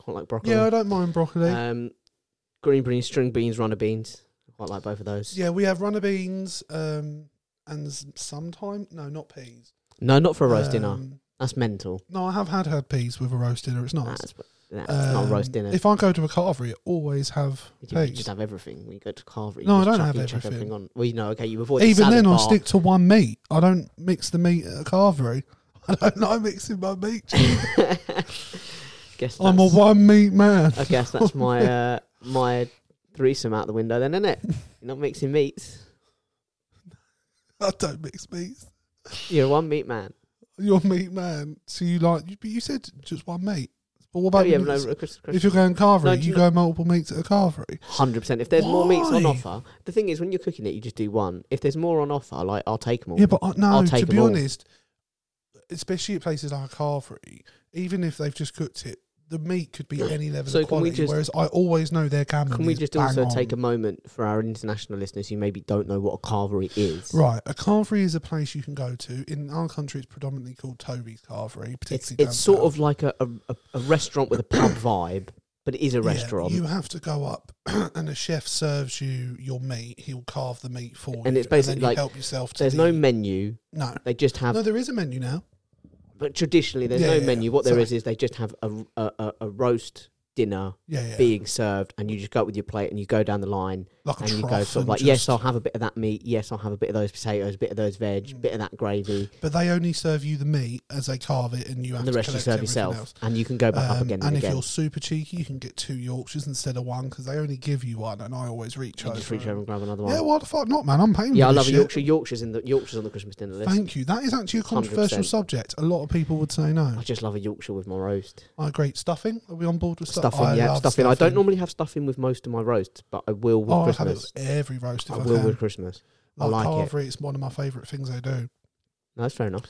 Quite like broccoli. Yeah, I don't mind broccoli. um, green beans, string beans, runner beans. Quite like both of those. Yeah, we have runner beans um, and s- sometime no, not peas No, not for a roast dinner. Um, That's mental. No, I have had had peas with a roast dinner. It's nice. That's, that's not a roast Um, dinner. If I go to a carvery, I always have you ju- you peas. just have everything when you go to carvery. you No, I don't just chuck- have you chuck everything. on. Well, you know, okay, you avoid the Even salad then, I bar. stick to one meat. I don't mix the meat at a carvery. I don't like mixing my meat. guess I'm a that's- one meat man. I guess that's my uh, my threesome out the window then, isn't it? You're not mixing meats. I don't mix meats. You're a one meat man. You're a meat man. So you like, but you said just one meat. But what Oh, about yeah, you- no, Chris- Chris- if you're going carvery? No, you no. go multiple meats at a carvery. Hundred percent. If there's more meats on Why? offer, the thing is, when you're cooking it, you just do one. If there's more on offer, like I'll take them all. Yeah, but I, no, I'll to take be 'em all. honest, especially at places like Carvery, even if they've just cooked it, the meat could be any level So of can we quality. just- whereas I always know their gammon. Can we is just bang also on. take a moment for our international listeners who maybe don't know what a carvery is? Right, a carvery is a place you can go to. In our country, it's predominantly called Toby's Carvery, particularly It's down it's sort south. of like a, a, a- a restaurant with a pub vibe, but it is a Yeah, restaurant. you have to go up, and a chef serves you your meat. He'll carve the meat for you, And it's then basically you like, help yourself. To There's the- no menu. no, They just have. no. There is a menu now. but traditionally, there's Yeah, no yeah, yeah. menu. What there Sorry. is is they just have a a, a, a roast dinner Yeah, yeah. being served, and you just go up with your plate and you go down the line like a and you trough go sort of and like, just- yes, I'll have a bit of that meat. Yes, I'll have a bit of those potatoes, bit of those veg, Mm. bit of that gravy, But they only serve you the meat as they carve it, and you have and the to rest you collect serve everything yourself, Else. and you can go back up Um, again and, and if again. you're super cheeky, you can get two Yorkshires instead of one because they only give you one, and I always reach You over. just reach over and- and grab another one. Yeah, why the fuck not, man? I'm paying. Yeah, for I this love a shit. Yorkshire. Yorkshire's in the Yorkshire's on the Christmas dinner list. Thank you. That is actually a controversial 100%. subject. A lot of people would say no. I just love a Yorkshire with my roast. I agree. Stuffing? Are we on board with stuff- Stuffing, I yeah, love stuffing. I don't normally have stuffing with most of my roasts, but I will with Oh, I have it Christmas. with every roast if I I, will can. with Christmas. I like like it. carvery, it's one of my favourite things I do. No, that's fair enough.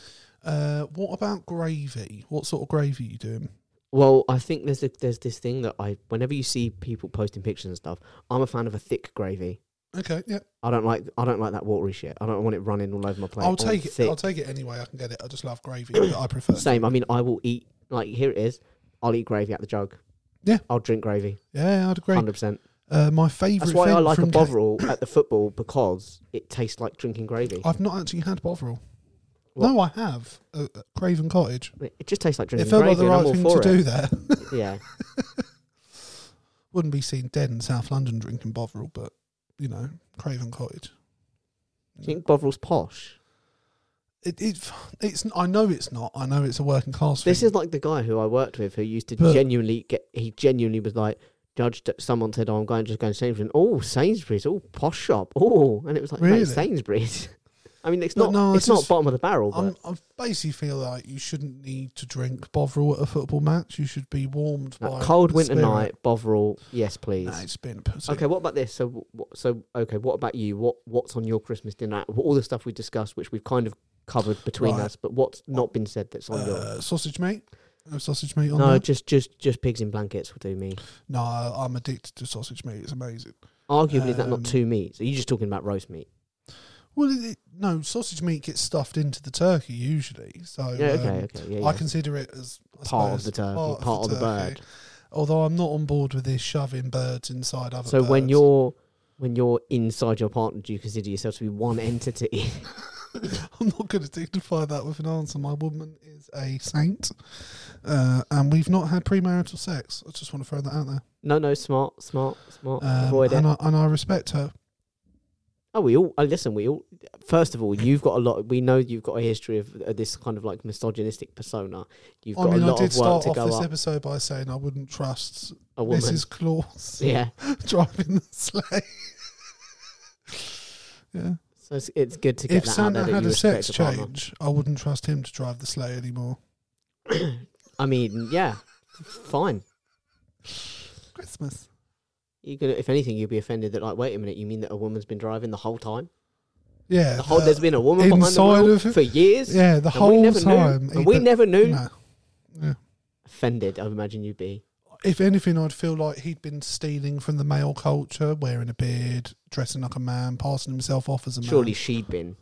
Uh, what about gravy? What sort of gravy are you doing? Well, I think there's a, there's this thing that I whenever you see people posting pictures and stuff, I'm a fan of a thick gravy. Okay, yeah, I don't like I don't like that watery shit. I don't want it running all over my plate. I I'll want take it. thick. I'll take it anyway. I can get it. I just love gravy. but I prefer. Same. I mean, I will eat like here it is. I'll eat gravy out the jug. Yeah. I'll drink gravy. Yeah, I'd agree. Hundred percent. Uh, my favourite. That's why thing I like a from Kate- bovril at the football because it tastes like drinking gravy. I've not actually had Bovril. What? No, I have. Uh, uh, Craven Cottage. It just tastes like It drinking felt gravy. like the and right I'm thing to all for do there. it. Yeah. Wouldn't be seen dead in South London drinking Bovril, but you know, Craven Cottage. Do you think Bovril's posh? It, it, it's. I know it's not. I know it's a working class. This thing. is like the guy who I worked with who used to But- genuinely get. He genuinely was like judged. At, someone said, "Oh, I'm going just going to Sainsbury's." Oh, Sainsbury's. Oh, posh shop. Oh, and it was like mate, Really? Sainsbury's. I mean, it's But not. no, I it's not just- bottom of the barrel. But I'm, I basically feel like you shouldn't need to drink Bovril at a football match. You should be warmed Like, by cold the winter spirit. night, Bovril. Yes, please. Nah, it's been a pussy. Okay, what about this? So, wh- wh- so okay, what about you? What what's on your Christmas dinner? Wh- All the stuff we discussed, which we've kind of covered between Right. us, but what's not been said that's on your? Uh, sausage meat. No sausage meat on No, there. just just just pigs in blankets will do me. No, I- I'm addicted to sausage meat. It's amazing. Arguably, is that Um, not two meats? Are you just talking about roast meat? Well, it, it- no, sausage meat gets stuffed into the turkey usually. So Yeah, okay, um, okay, yeah, I yeah. consider it as I part of suppose, the turkey, part part, of of the the, turkey. bird. Although I'm not on board with this shoving birds inside other. So when birds. you're when you're inside your partner, do you consider yourself to be one entity? I'm not going to dignify that with an answer. My woman is a saint, uh, and we've not had premarital sex. I just want to throw that out there. no, no, smart, smart, smart. Um, Avoid it. and, I, and I respect her. Oh, we all uh, listen. We all. First of all, you've got a lot. We know you've got a history of uh, this kind of like misogynistic persona. You've got I mean, a I lot did of work start to off go this up. episode by saying I wouldn't trust a woman. Mrs. Claus Yeah. driving the sleigh. yeah. So it's, it's good to get If that Santa out there that had you a respect sex a partner. change, I wouldn't trust him to drive the sleigh anymore. I mean, yeah, fine. Christmas. You could, if anything, you'd be offended that like, wait a minute, you mean that a woman's been driving the whole time? Yeah. The whole there's been a woman inside behind the wheel of it- for years. yeah, the and whole we never time. Knew, he and we put- never knew. No. Yeah. Offended, I imagine you'd be. If anything, I'd feel like he'd been stealing from the male culture, wearing a beard, dressing like a man, passing himself off as a man. Surely she'd been.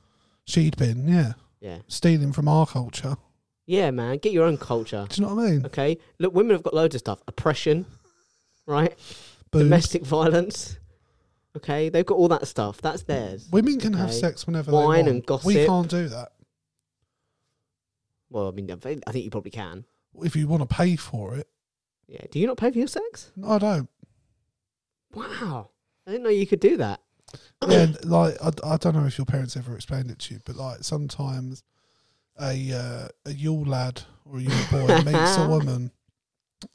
She'd been, yeah, Yeah. stealing from our culture. Yeah, man. Get your own culture. Do you know what I mean? Okay. Look, women have got loads of stuff. Oppression, right? Boobs. Domestic violence. Okay, they've got all that stuff. That's theirs. Women can have Okay. sex whenever they Wine want. and We gossip. can't do that. Well, I mean, I think I think you probably can. If you want to pay for it, Yeah. Do you not pay for your sex? I don't. Wow. I didn't know you could do that. yeah, like I, I don't know if your parents ever explained it to you, but like sometimes a uh, a Yule lad or a Yule boy meets a woman,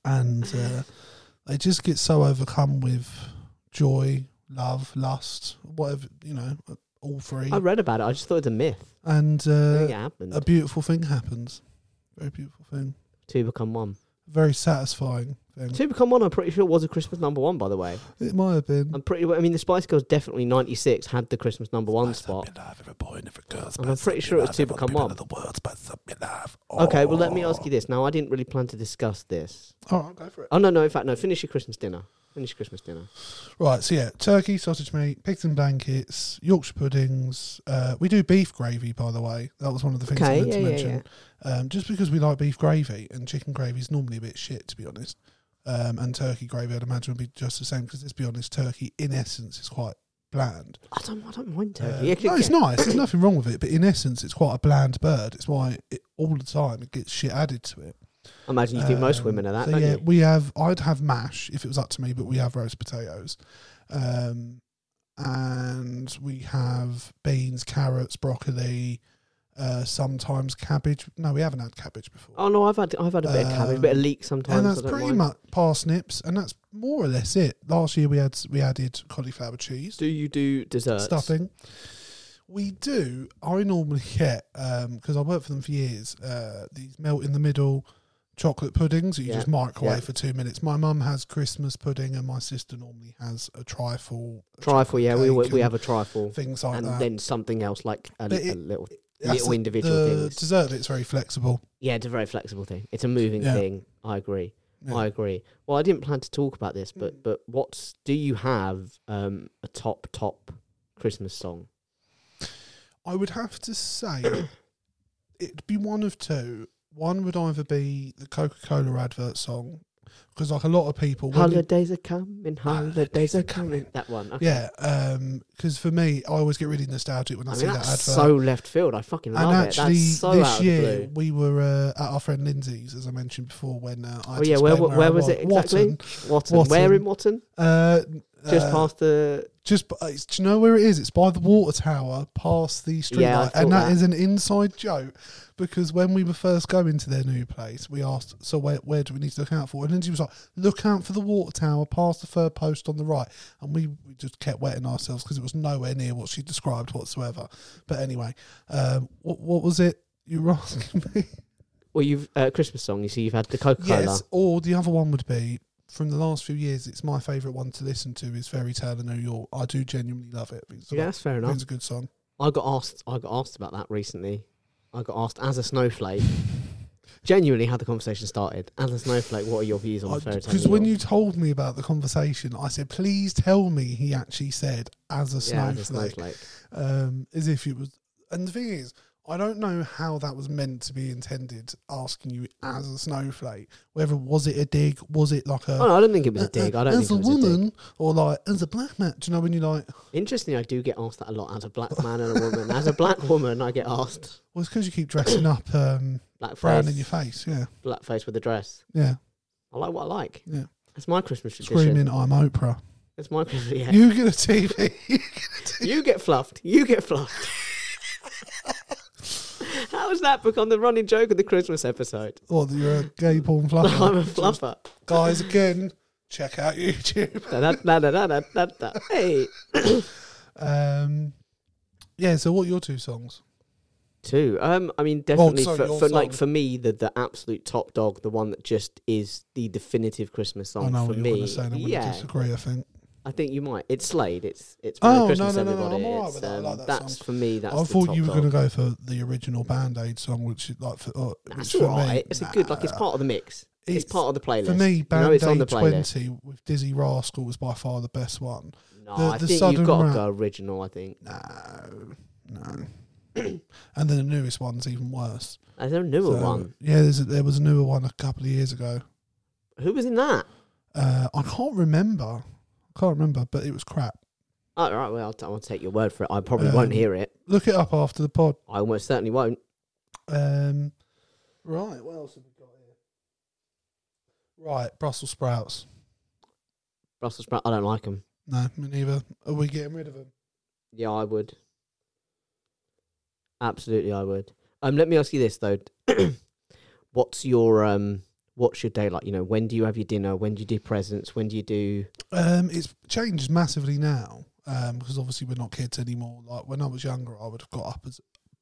and uh, they just get so overcome with joy, love, lust, whatever you know, all three, I read about it. I just thought it was a myth. and I uh, think it happened. a beautiful thing happens. Very beautiful thing. Two become one. Very satisfying thing. Two become one. I'm pretty sure was a Christmas number one. By the way, It might have been. I'm pretty. I mean, the Spice Girls definitely '96 had the Christmas number one Must have spot. been live, every boy and every girl's And I'm must pretty have sure been it was live, Two everyone Become been One. in the world's must have been live. Okay, well, let me ask Oh. you this. Now, I didn't really plan to discuss this. All right, go for it. Oh no, no. In fact, no. Finish your Christmas dinner. Finish your Christmas dinner. Right, so yeah, turkey, sausage meat, pigs in blankets, Yorkshire puddings. Uh, we do beef gravy, by the way. That was one of the things I Okay. meant Yeah, to yeah, mention. yeah. Um, just because we like beef gravy, and chicken gravy is normally a bit shit, to be honest. Um, and turkey gravy, I'd imagine, would be just the same. Because let's be honest, turkey in essence is quite bland. I don't. I don't mind Uh, turkey. Yeah, no, it's yeah. nice. There's nothing wrong with it, but in essence, it's quite a bland bird. It's why it, all the time it gets shit added to it. I imagine you think most Um, women are that, so don't yeah, you? we have. I'd have mash if it was up to me, but we have roast potatoes, um, and we have beans, carrots, broccoli, uh, sometimes cabbage. No, we haven't had cabbage before. Oh no, I've had. I've had a bit of cabbage, a bit of leek sometimes. um, and I that's don't pretty mind. much parsnips, and that's more or less it. Last year we had we added cauliflower cheese Do you do desserts? stuffing. We do. I normally get because I worked for them for years. Uh, these melt in the middle chocolate puddings that you Yeah, just microwave yeah. for two minutes. My mum has Christmas pudding, and my sister normally has a trifle, Trifle. Yeah, we cake we we and have a trifle, things like and that. then something else like a, But it- a little that's little the- individual the things. dessert bit's very flexible. Yeah, it's a very flexible thing. It's a moving Yeah. thing. I agree. Yeah. I agree. Well, I didn't plan to talk about this, but but what's do you have um, a top top Christmas song? I would have to say it'd be one of two. One would either be the Coca Cola advert song, because like a lot of people, when you- Ah, Holidays are coming. Holidays are coming. That one. Okay. yeah, because for me, I always get really nostalgic when I, I see mean, that that's advert. so left field. I fucking love and it. actually, That's so this out of the year blue. we were uh, at our friend Lindsay's, as I mentioned before. When uh, I had Oh to yeah, where explain where, I was it exactly? Watton. Watton. Where Watton. in Watton? Uh, Just uh, past the. just b- uh, it's, do you know where it is? It's by the water tower, past the street Yeah, I light, and thought that that. is an inside joke because when we were first going to their new place, we asked, "So where, where do we need to look out for?" And Lindsay was like, "Look out for the water tower, past the fur post on the right," and we, we just kept wetting ourselves because it was nowhere near what she described whatsoever. But anyway, um, what what was it you were asking me? Well, you've uh, Christmas song. You see, you've had the Coca Cola. Yes, or the other one would be from the last few years. It's my favourite one to listen to is Fairy Tale of New York. I do genuinely love it. It's a yeah, that's fair enough. It's a good song. I got asked. I got asked about that recently. I got asked as a snowflake. genuinely, how the conversation started. As a snowflake, what are your views on the fairy tale? Uh, Because when you told me about the conversation, I said, "Please tell me he actually said as a yeah, as a snowflake," snowflake, um, as if it was. And the thing is, I don't know how that was meant to be intended. Asking you as a snowflake, whether was it a dig, was it like oh, a no, I don't think it was a dig. I don't uh, as think it was a a dig. woman or like as a black man? Do you know when you like? Interestingly, I do get asked that a lot as a black man and a woman. As a black woman, I get asked Well, it's because you keep dressing up um, black brown face, in your face. Yeah, black face with a dress. yeah, I like what I like. Yeah. That's my Christmas tradition. screaming, "I'm Oprah." That's my Christmas. Yeah. You get a TV. You get fluffed. You get fluffed. How has that become the running joke of the Christmas episode? or you're a gay porn fluffer. I'm a fluffer. guys again check out youtube Da, da, da, da, da, da, da, da. Hey, um yeah so what are your two songs two. Um, I mean, definitely Oh, sorry, for, your for like song. for me, the the absolute top dog, the one that just is the definitive Christmas song i know for what you're me. going to say and i'm going yeah, to disagree i think I think you might. It's Slade. It's it's Oh, Merry no, Christmas, no, no, no, everybody. I'm alright It's, with that. I um, like that that's song. for me. That's i the thought top you were dog. going to go for the original band-aid song which is like for, uh, That's which for all me- right. It's a good like it's nah. part of the mix. It's, It's- part of the playlist. for me, You know, Band it's on Aid the playlist. 20 with Dizzy Rascal was by far the best one. No, The- I the think sudden you've got rap. to go original. I think. No, no. and then the newest one's even worse. Is there a newer So, one? Yeah, there's a, there was a newer one a couple of years ago. Who was in that? Uh, I can't remember. I can't remember, but it was crap. Oh, all right, well, I'll, t- I'll take your word for it. I probably Um, won't hear it. Look it up after the pod. I almost certainly won't. Um, right, what else have we got here? Right, Brussels sprouts. Brussels sprout. I don't like them. No, me neither. Are we getting rid of them? Yeah, I would. Absolutely, I would. Um, let me ask you this though: What's your um, what's your day like? You know, when do you have your dinner? When do you do presents? When do you do? Um, it's changed massively now um, because obviously we're not kids anymore. Like when I was younger, I would have got up as.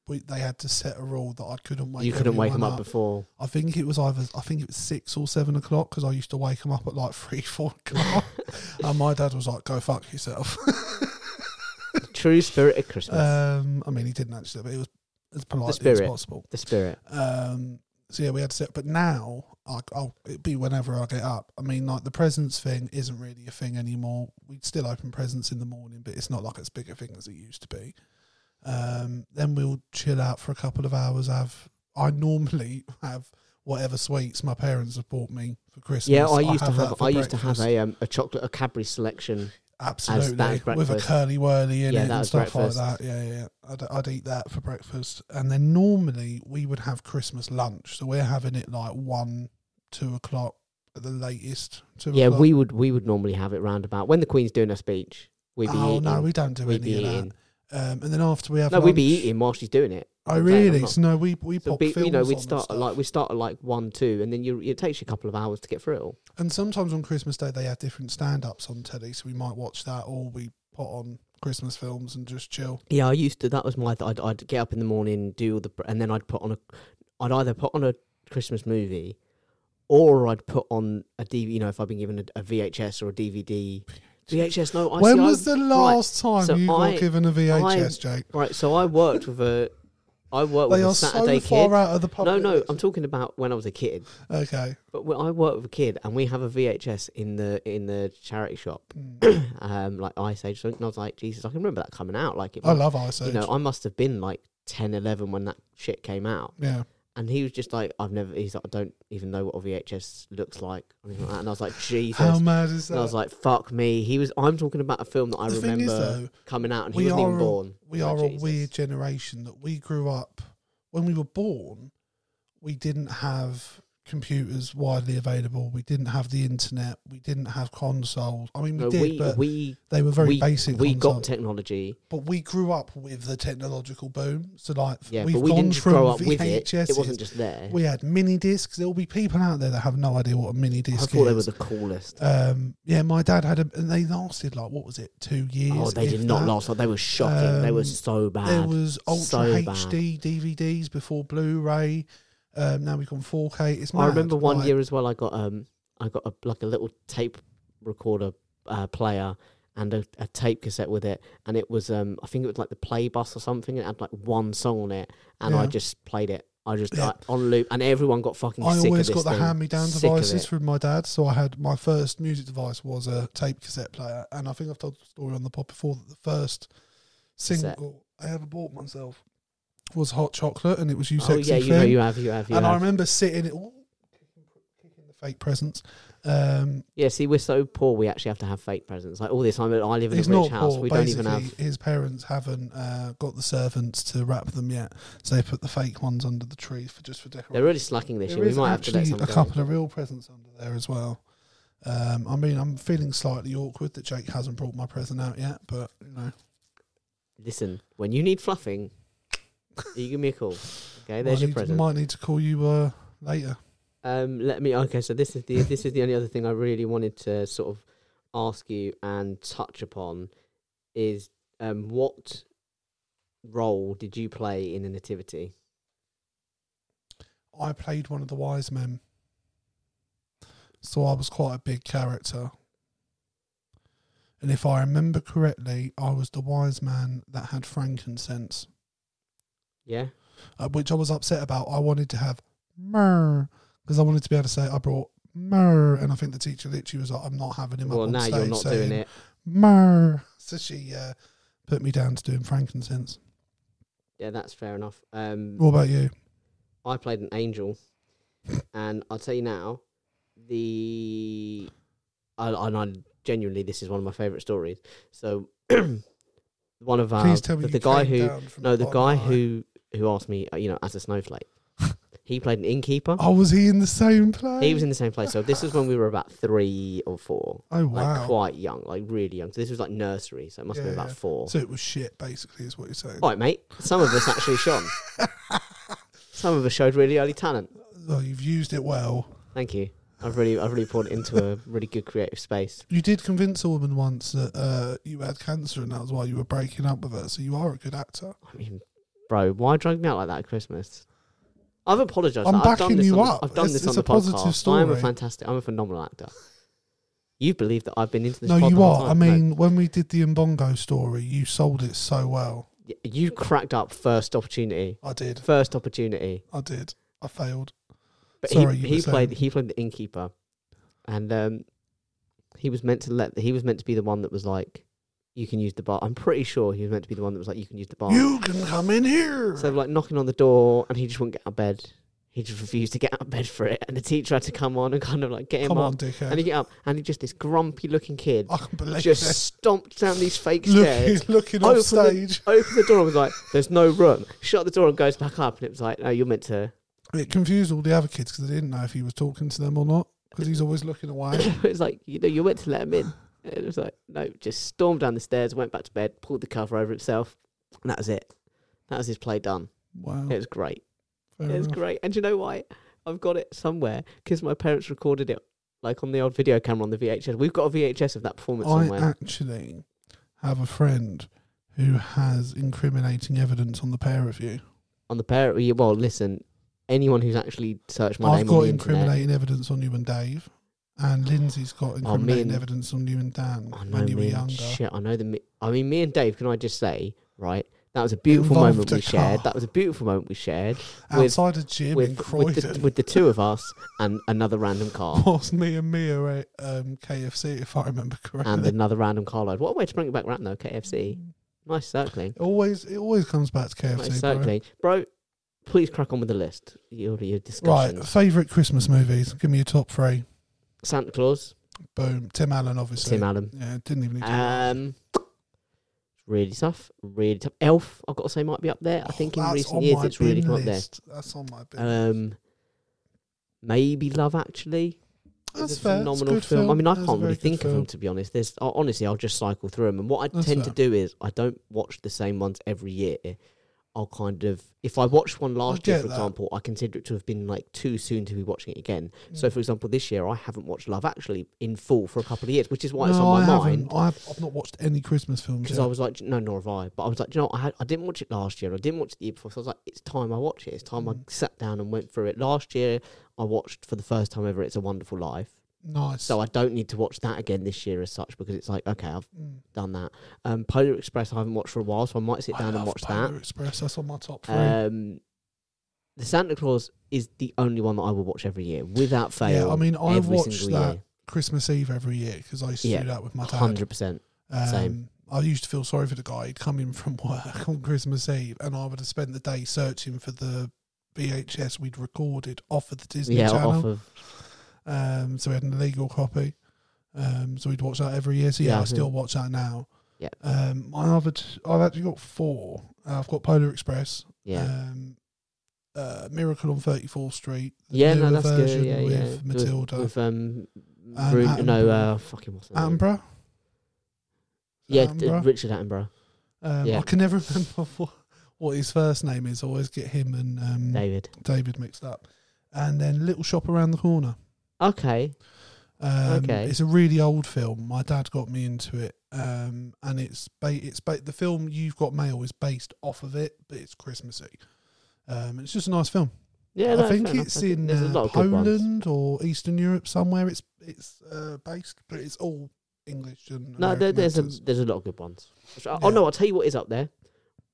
We, they had to set a rule that I couldn't wake. you couldn't wake them everyone up, before. I think it was either I think it was six or seven o'clock because I used to wake them up at like three, four o'clock, and my dad was like, "Go fuck yourself." True spirit of Christmas. um, I mean, he didn't actually, but it was as polite as spirit. possible. the spirit. Um, so yeah, we had to set. But now, I, I'll it'd be whenever I get up. I mean, like the presents thing isn't really a thing anymore. We still open presents in the morning, but it's not like as big a thing as it used to be. Um, then we'll chill out for a couple of hours. Have I normally have whatever sweets my parents have bought me for Christmas? Yeah, I used to that have. for I used to have breakfast. a um, a chocolate a Cadbury selection. absolutely that with a breakfast. curly whirly in Yeah, it that and was stuff like breakfast. that. Yeah, yeah, yeah. I'd, I'd eat that for breakfast, and then normally we would have Christmas lunch. So we're having it like one, two o'clock at the latest. Two Yeah, o'clock. we would we would normally have it round about when the Queen's doing her speech. We'd be oh eating. no, we don't do we'd be any of that. eating. Um, and then after we have No, we'd be lunch- eating while she's doing it. Oh I'm saying, I'm really? not- So no, we we So pop be, films. you know, on we'd and start at stuff. like we start at like one, two, and then you it takes you a couple of hours to get through it all. And sometimes on Christmas Day they have different stand-ups on telly, so we might watch that, or we put on Christmas films and just chill. Yeah, I used to. That was my. Th- I'd, I'd get up in the morning, do all the, pr- and then I'd put on a. I'd either put on a Christmas movie, or I'd put on a DVD. You know, if I've been given a, a VHS or a DVD. VHS. No, I when see, I- was the last time So you I- got given a VHS, Jake? Right, so I worked with a I work They with a are Oh, Saturday so far kid. out of the no, public. no, I'm talking about when I was a kid. Okay. But when I work with a kid, and we have a VHS in the in the charity shop, Mm. um, like Ice Age. And I was like, Jesus, I can remember that coming out. Like, it, I love Ice Age. you know, I must have been like 10, 11 when that shit came out. yeah. And he was just like, I've never. He's like, I don't even know what a VHS looks like. Or anything like that. And I was like, Jesus. How mad is and that? I was like, "Fuck me!" He was. I'm talking about a film that I The thing remember is, though, coming out, and he we wasn't are even a- born. we Oh, are a Jesus. weird generation that we grew up when we were born we didn't have computers widely available we didn't have the internet we didn't have consoles i mean we No, did we but we they were very we, basic we got consoles. technology. but we grew up with the technological boom so like Yeah, we've but we gone didn't from grow up VHS with it. It wasn't just there. we had mini discs there'll be people out there that have no idea what a mini I disc thought they were is the coolest. um yeah my dad had a and they lasted like what was it two years Oh, they if did that. not last. Like, they were shocking. they Um, were so There bad. was ultra So bad. HD DVDs before Blu-ray. Um, now we've gone 4K. It's mad. I remember one like- year as well. I got um, I got a, like a little tape recorder uh, player and a, a tape cassette with it, and it was um, I think it was like the Play Bus or something. It had like one song on it, and I Yeah. just played it. I just Yeah. like, on loop, and everyone got fucking. I sick always of this got the thing. hand-me-down Sick of devices it. from my dad, so I had my first music device was a tape cassette player, and I think I've told the story on the pod before that the first Cassette. single I ever bought myself was Hot Chocolate, and it was You Oh Sexy yeah, you know Thing. you have, you have, you and I have. remember sitting it, ooh, kicking the fake presents. Um, Yeah, see, we're so poor. We actually have to have fake presents. Like all this time, I live in He's a rich not house. poor. we don't Basically, even have. his parents haven't uh, got the servants to wrap them yet, so they put the fake ones under the tree for just for They're decoration. really slacking this There year. We is might have to let actually some a go. couple of real presents under there as well. Um, I mean, I'm feeling slightly awkward that Jake hasn't brought my present out yet, but you know, Listen, when you need fluffing, you give me a call. Okay, might, there's your need, present. might need to call you uh, later. Um, let me. Okay, so this is the this is the only other thing I really wanted to sort of ask you and touch upon is um, what role did you play in the nativity? I played one of the wise men, so I was quite a big character. And if I remember correctly, I was the wise man that had frankincense. Yeah, uh, which I was upset about. I wanted to have myrrh because I wanted to be able to say I brought myrrh, and I think the teacher literally was like, "I'm not having him." well up on now stage you're not saying, doing it. Myrrh. So she uh, put me down to doing frankincense. Yeah, that's fair enough. Um, What about you? I played an angel, and I'll tell you now, the I, and I genuinely this is one of my favorite stories. So one of our Please tell me Uh, the, you the guy came who down from no the guy bottom high. who who asked me uh, you know as a snowflake, he played an innkeeper. Oh, was he in the same place? He was in the same place. So this was when we were about three or four, Oh like wow! quite young, like really young. So this was like nursery. So it must have Yeah, been about yeah. four. so it was shit, basically, is what you're saying. All right, mate. Some of us actually shone. Some of us showed really early talent. Oh, you've used it well. Thank you. I've really, I've really poured it into a really good creative space. You did convince a woman once that uh, you had cancer, and that was why you were breaking up with her. So you are a good actor. I mean, bro, why drug me out like that at Christmas? I've apologised. I'm like, I've backing done this you on, the- up. I've done It's- this it's on the a positive podcast. I am a story. fantastic. I'm a phenomenal actor. You believe that I've been into this? No, pod the you whole are. I time. No. mean, when we did the Mbongo story, you sold it so well. Y- you cracked up first opportunity. I did. First opportunity. I did. I failed. But Sorry, you he, were he saying. played he played the innkeeper, and um, he was meant to let he was meant to be the one that was like, you can use the bar. I'm pretty sure he was meant to be the one that was like, you can use the bar. You can come in here. Oh. So like knocking on the door, and he just wouldn't get out of bed. He just refused to get out of bed for it, and the teacher had to come on and kind of like get him come up. on, Oh, dickhead. and he get up, and he just this grumpy looking kid I can believe just it. stomped down these fake stairs. Looking, looking Open off the- stage. Opened the door and was like, "There's no room." Shut the door and goes back up, and it was like, "No, you're meant to." It confused all the other kids because they didn't know if he was talking to them or not because he's always looking away. it was like, you know, you're meant to let him in. And it was like, no, just stormed down the stairs, went back to bed, pulled the cover over himself, and that was it. That was his play done. Wow. It was great. fair It was enough. great. And do you know why? I've got it somewhere because my parents recorded it like on the old video camera on the VHS. We've got a VHS of that performance somewhere. I actually have a friend who has incriminating evidence on the pair of you. on the pair, well, listen, anyone who's actually searched my I've name got on the internet. incriminating evidence on you and Dave, Oh. and Lindsay's got incriminating and- evidence on you and Dan I know when you were me and younger. shit. I know the. me- I mean, me and Dave. Can I just say, right? That was a beautiful Involved moment a we shared. car. That was a beautiful moment we shared with outside a gym in with, with, Croydon. the, with the two of us and another random car was me and Mia at um, KFC, if I remember correctly. and another random car load. What a way to bring it back round though, KFC. Nice circling. It always, it always comes back to Nice KFC. bro. circling. Bro, please crack on with the list. Your, your discussions. Right, favourite Christmas movies. Give me your top three. Santa Claus, Boom. Tim Allen, obviously. Tim Allen. Yeah, didn't even need to. Um, really tough. Really tough. Elf, I've got to say, might be up there. I Oh, think in that's recent on years my it's really bin come up there. list. That's on my bin. Um, maybe Love Actually. That's is a fair. It's a phenomenal good film. I mean, I That's a can't very really good think of film. them to be honest. There's I- honestly, I'll just cycle through them. And what I That's tend fair. to do is I don't watch the same ones every year. I'll kind of if I watched one last year, get for that. example, I consider it to have been like too soon to be watching it again. So, for example, this year I haven't watched Love Actually in full for a couple of years, which is why it's No, on my I mind. haven't. Oh, I've, I've not watched any Christmas films. Because yet. I was like, no, nor have I. But I was like, "Do you know, what? I, had, I didn't watch it last year. I didn't watch it the year before. So I was like, it's time I watch it. It's time Mm. I sat down and went through it. Last year, I watched for the first time ever It's a Wonderful Life. nice. So I don't need to watch that again this year as such because it's like, okay, I've Mm. done that. Um, Polar Express, I haven't watched for a while. So I might sit I down and love watch Polar that. Express. That's on my top three. Um, the Santa Claus is the only one that I will watch every year without fail. yeah, I mean, I every watch single that year. Christmas Eve every year because I used to Yeah, do that with my dad. 100%. Um, same. I used to feel sorry for the guy. He'd come in from work on Christmas Eve, and I would have spent the day searching for the VHS we'd recorded off of the Disney Yeah, Channel. off of Um, so we had an illegal copy. Um, so we'd watch that every year. So yeah, Yeah, I I still watch that now. Yeah. Um, my other, t- I've actually got four. Uh, I've got Polar Express. Yeah. Um, uh, Miracle on Thirty Fourth Street. the Yeah, no, newer that's good. version Yeah, with yeah. Matilda. With, with um, And Ru- no, Attenborough. uh, fucking what's her name? Amber. Yeah, d- Attenborough. Richard Attenborough, Um, yeah. I can never remember what, what his first name is. I always get him and um, David. David mixed up. And then Little Shop Around the Corner. Okay, Um, Okay. It's a really old film. My dad got me into it, um, and it's ba- it's ba- the film You've Got Mail is based off of it, but it's Christmassy. Um, it's just a nice film. yeah, I no, think fair enough. it's I think in there's a lot uh, of good ones. Poland or Eastern Europe somewhere. It's it's uh, based, but it's all English and No, there, American there's a actors. there's a lot of good ones. Which I- Oh Yeah. no, I'll tell you what is up there.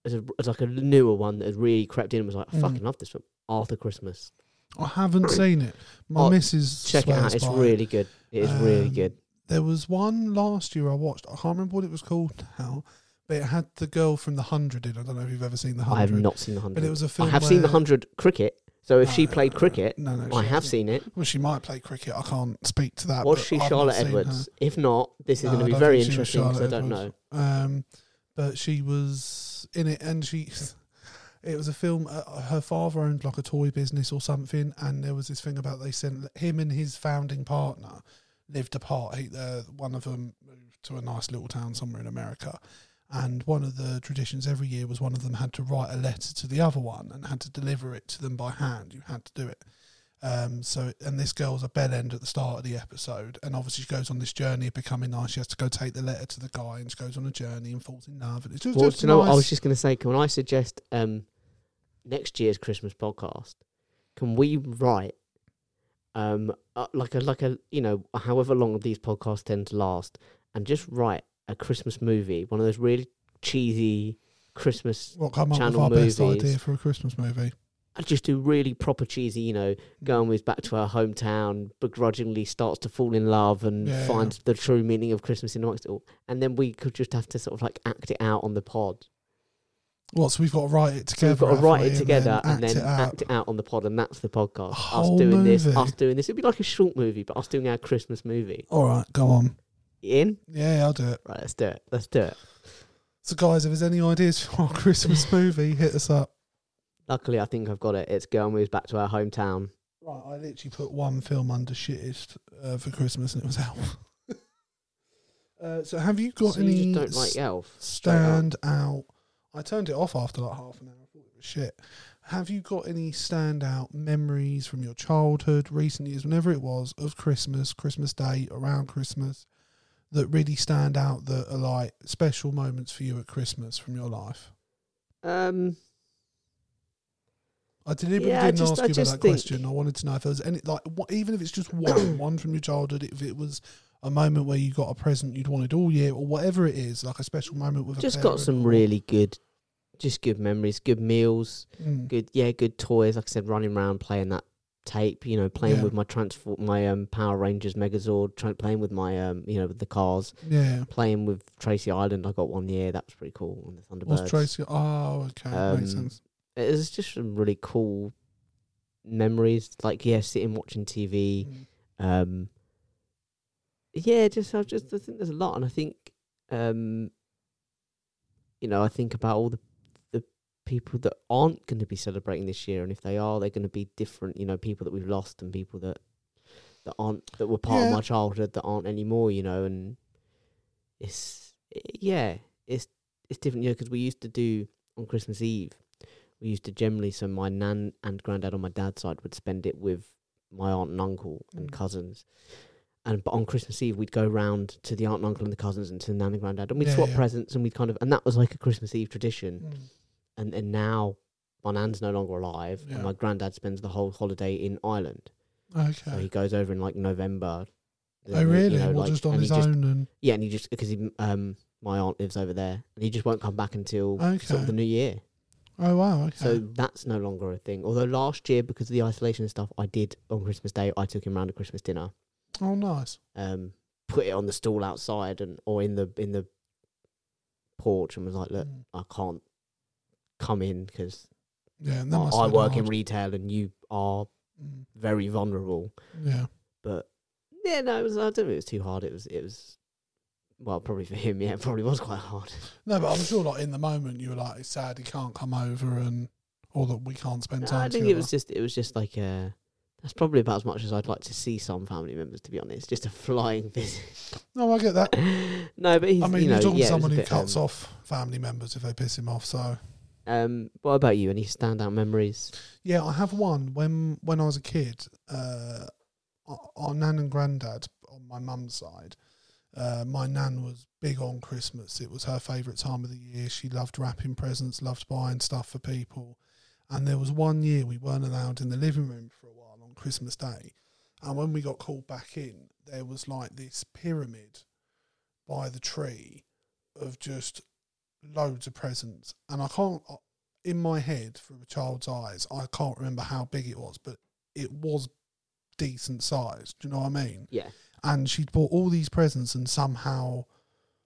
It's, a, it's like a newer one that has really crept in. and Was like, I Mm. fucking love this film, Arthur Christmas. I haven't seen it. My Oh, missus Check it swears out. It's by really good. It is really Um, good. There was one last year I watched. I can't remember what it was called now, but it had the girl from the Hundred in. I don't know if you've ever seen the I have Hundred. not seen the But it hundred. was a film. I have seen the where- hundred cricket. So if No, she no, played no, no. cricket, No, no, I she have hasn't. seen it. Well, she might play cricket. I can't speak to that. Was but she I've Charlotte not seen her. Edwards? If not, this is No, I going to don't be very think she was interesting because I Charlotte don't know. Edwards. Um, but she was in it, and she. It was a film. Uh, her father owned like a toy business or something, and there was this thing about they sent him and his founding partner lived apart. He, uh, one of them moved to a nice little town somewhere in America, and one of the traditions every year was one of them had to write a letter to the other one and had to deliver it to them by hand. You had to do it. Um, so, and this girl's a bell end at the start of the episode, and obviously she goes on this journey of becoming nice. She has to go take the letter to the guy, and she goes on a journey and falls in love. And it's just, Well, just do you know, what I nice. was just going to say, can I suggest um, next year's Christmas podcast? Can we write um, uh, like a like a you know however long these podcasts tend to last, and just write a Christmas movie, one of those really cheesy Christmas. what come up with Channel our best movies. idea for a Christmas movie. I just do really proper cheesy, you know, going with back to her hometown, begrudgingly starts to fall in love and Yeah, yeah. finds the true meaning of Christmas in amongst it all, and then we could just have to sort of like act it out on the pod. What? So we've got to write it So together. we've got to write it haven't we, together and then, act it out. act it out on the pod, and that's the podcast. Us Whole doing this, movie. us doing this. It'd be like a short movie, but us doing our Christmas movie. All right, go on. You in? Yeah, yeah, I'll do it. Right, let's do it. Let's do it. So, guys, if there's any ideas for our Christmas movie, hit us up. Luckily, I think I've got it. It's Girl Moves Back to Her Hometown. Right, I literally put one film under shittest uh, for Christmas, and it was Elf. uh, so, have you got so any you just don't like Elf? straight up? stand out. I turned it off after like half an hour. I thought it was shit. Have you got any standout memories from your childhood, recent years, whenever it was, of Christmas, Christmas Day, around Christmas, that really stand out that are like special moments for you at Christmas from your life? Um, I deliberately Yeah, I didn't just- ask I you about just that think- question. I wanted to know if there was any, like, what, even if it's just one, one from your childhood, if it was a moment where you got a present you'd wanted all year or whatever it is, like a special moment with a just got parent some or- really good just good memories, good meals, Mm. good yeah, good toys. Like I said, running around playing that tape. You know, playing Yeah. with my transfor- my um, Power Rangers Megazord, trying playing with my um, you know, with the cars, Yeah. playing with Tracy Island. I got one year. That was pretty cool. On the Thunderbirds. What's Tracy? Oh, okay. Um, Makes sense. It was just some really cool memories. Like yeah, sitting watching TV. Mm. um yeah just i just i think there's a lot and i think um you know i think about all the the people that aren't going to be celebrating this year and if they are they're going to be different you know people that we've lost and people that that aren't that were part of Yeah. my childhood that aren't anymore you know and it's yeah it's it's different you know because we used to do on christmas eve we used to generally so my nan and granddad on my dad's side would spend it with my aunt and uncle and Mm. cousins. And but on Christmas Eve we'd go round to the aunt and uncle and the cousins and to the nan and granddad and we'd Yeah, swap yeah. presents and we'd kind of and that was like a Christmas Eve tradition. Mm. And and now my nan's no longer alive Yeah. and my granddad spends the whole holiday in Ireland. So he mm, Okay. goes over in like November. oh, you really? know, well, like- just on and he his own and Yeah, and he just because he um my aunt lives over there and he just won't come back until sort Okay. of the new year. oh, wow. Okay. So that's no longer a thing. Although last year, because of the isolation and stuff, I did on Christmas Day, I took him round to Christmas dinner, oh, nice. um, put it on the stool outside and or in the in the porch, and was like, "Look, Mm. I can't come in because Yeah. And I, that must I have been work in hard. retail and you are Mm. very vulnerable." Yeah. But yeah, no, it was. I don't think it was too hard. It was. It was. Well, probably for him, yeah, it probably was quite hard. No, but I'm sure, like in the moment, you were like, "It's sad he can't come over," and or that we can't spend time I think together. it was just it was just like a. That's probably about as much as I'd like to see some family members, to be honest. Just a flying visit. No, I get that. no, but he's. I mean, you know, you're talking yeah, to it was someone a who bit, cuts um, off family members if they piss him off. So Um, what about you? Any standout memories? yeah, I have one. When when I was a kid, uh, our- our nan and granddad on my mum's side, uh, my nan was big on Christmas. It was her favourite time of the year. She loved wrapping presents, loved buying stuff for people. And there was one year we weren't allowed in the living room for a while on Christmas Day. And when we got called back in, there was like this pyramid by the tree of just loads of presents. And I can't, uh, in my head, through a child's eyes, I can't remember how big it was, but it was decent sized. Do you know what I mean? Yeah. and she'd bought all these presents and somehow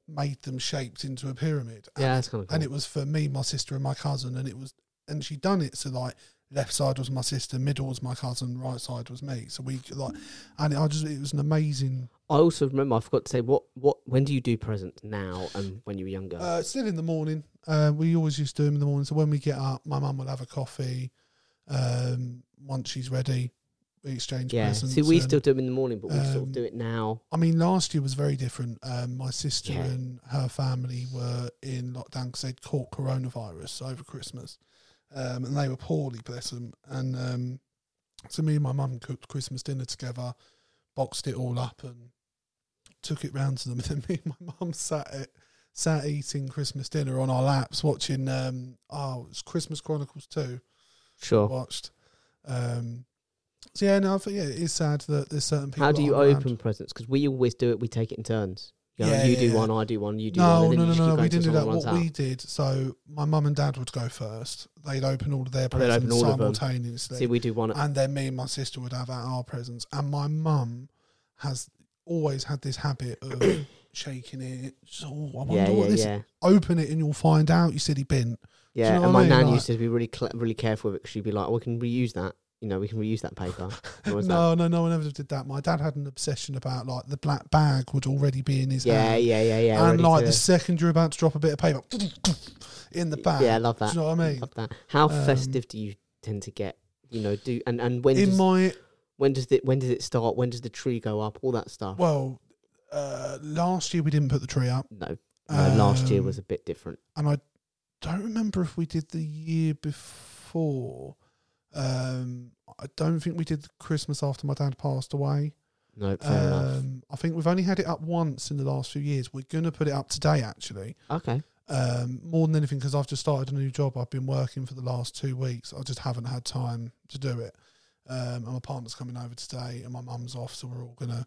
made them shaped into a pyramid. Yeah, that's kind of cool. And it was for me, my sister, and my cousin, and it was and she'd done it so like left side was my sister, middle was my cousin, right side was me. So we like, and I just it was an amazing. I also remember I forgot to say what what when do you do presents now and when you were younger? Uh, still in the morning, uh, we always used to do them in the morning. So when we get up, my mum will have a coffee. Um, once she's ready, we exchange yeah, presents. see, we and- still do them in the morning, but we sort of um, do it now. I mean, last year was very different. Um, my sister Yeah. and her family were in lockdown because they'd caught coronavirus over Christmas, um, and they were poorly, bless them. And um, so me and my mum cooked Christmas dinner together, boxed it all up, and took it round to them. And then me and my mum sat it, sat eating Christmas dinner on our laps, watching um, oh, it was Christmas Chronicles two Sure. watched. Um, so yeah, no, I think yeah, it is sad that there's certain people. How that do you aren't around. open presents? Because we always do it. We take it in turns. You, know, Yeah, you yeah, do yeah. one, I do one, you do one. No, and then no, no, you just no, keep no. going We till didn't do that. someone runs What out. we did, so my mum and dad would go first. They'd open all of their Oh, they'd open presents all of 'em. simultaneously, See, we do one. At, and then me and my sister would have our presents. And my mum has always had this habit of shaking it. So oh, I wonder yeah, what yeah, this. yeah, Open it and you'll find out. You silly bin. yeah. know what and I my mean? nan Like- used to be really, cle really careful with it. 'cause she'd be like, oh, "We can reuse that. You know, we can reuse that paper." Or was No, no, no. I never did that. My dad had an obsession about like the black bag would already be in his that? Yeah, hand. yeah, yeah, yeah. and ready like to- the second you're about to drop a bit of paper, in the bag. Yeah, I love that. Do you know what I mean? Love that. How Um, festive do you tend to get? You know, do and and when In does my when does it when does it start? When does the tree go up? All that stuff. Well, uh, last year we didn't put the tree up, no, no, last year um, was a bit different. and I don't remember if we did the year before. Um, I don't think we did the Christmas after my dad passed away. No, fair enough. Um, I think we've only had it up once in the last few years. We're gonna put it up today, actually. Okay, Um, more than anything, because I've just started a new job. I've been working for the last two weeks. I just haven't had time to do it. Um, and my partner's coming over today, and my mum's off, so we're all gonna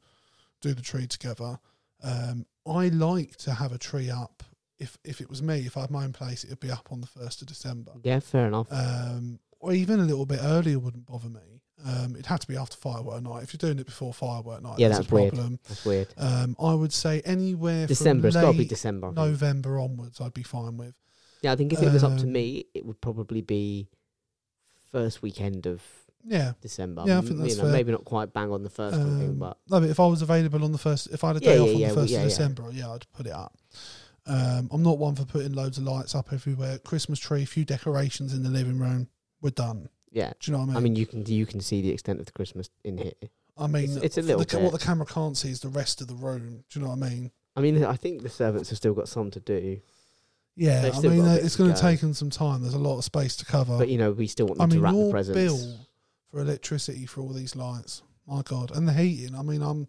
do the tree together. Um, I like to have a tree up if if it was me, if I had my own place, it would be up on the first of December. Yeah, fair enough. Um, or even a little bit earlier wouldn't bother me. Um, it'd have to be after firework night. If you're doing it before firework night, Yeah, that's, that's a weird. problem. That's weird. Um, I would say anywhere December. It's From got to be late December. I think. November onwards, I'd be fine with. Yeah, I think if it was up to Um, me, it would probably be first weekend of Yeah. December. Yeah, I think M- that's you know, fair. Maybe not quite bang on the first kind of Um, thing, but No, but if I was available on the first, if I had a Yeah, day off yeah, on yeah, the we- first yeah, of yeah. December, yeah, I'd put it up. Um, I'm not one for putting loads of lights up everywhere. Christmas tree, a few decorations in the living room, we're done. yeah. Do you know what I mean? I mean, you can you can see the extent of the Christmas in here. I mean, it's- it's a little the, ca- what bit. the camera can't see is the rest of the room. Do you know what I mean? I mean, I think the servants have still got some to do, Yeah, They've I still mean, got a uh, bit it's to going to go. take them some time. There's a lot of space to cover. but you know, we still want I them mean, to wrap the your presents. bill for electricity for all these lights, my god, and the heating. I mean, I'm,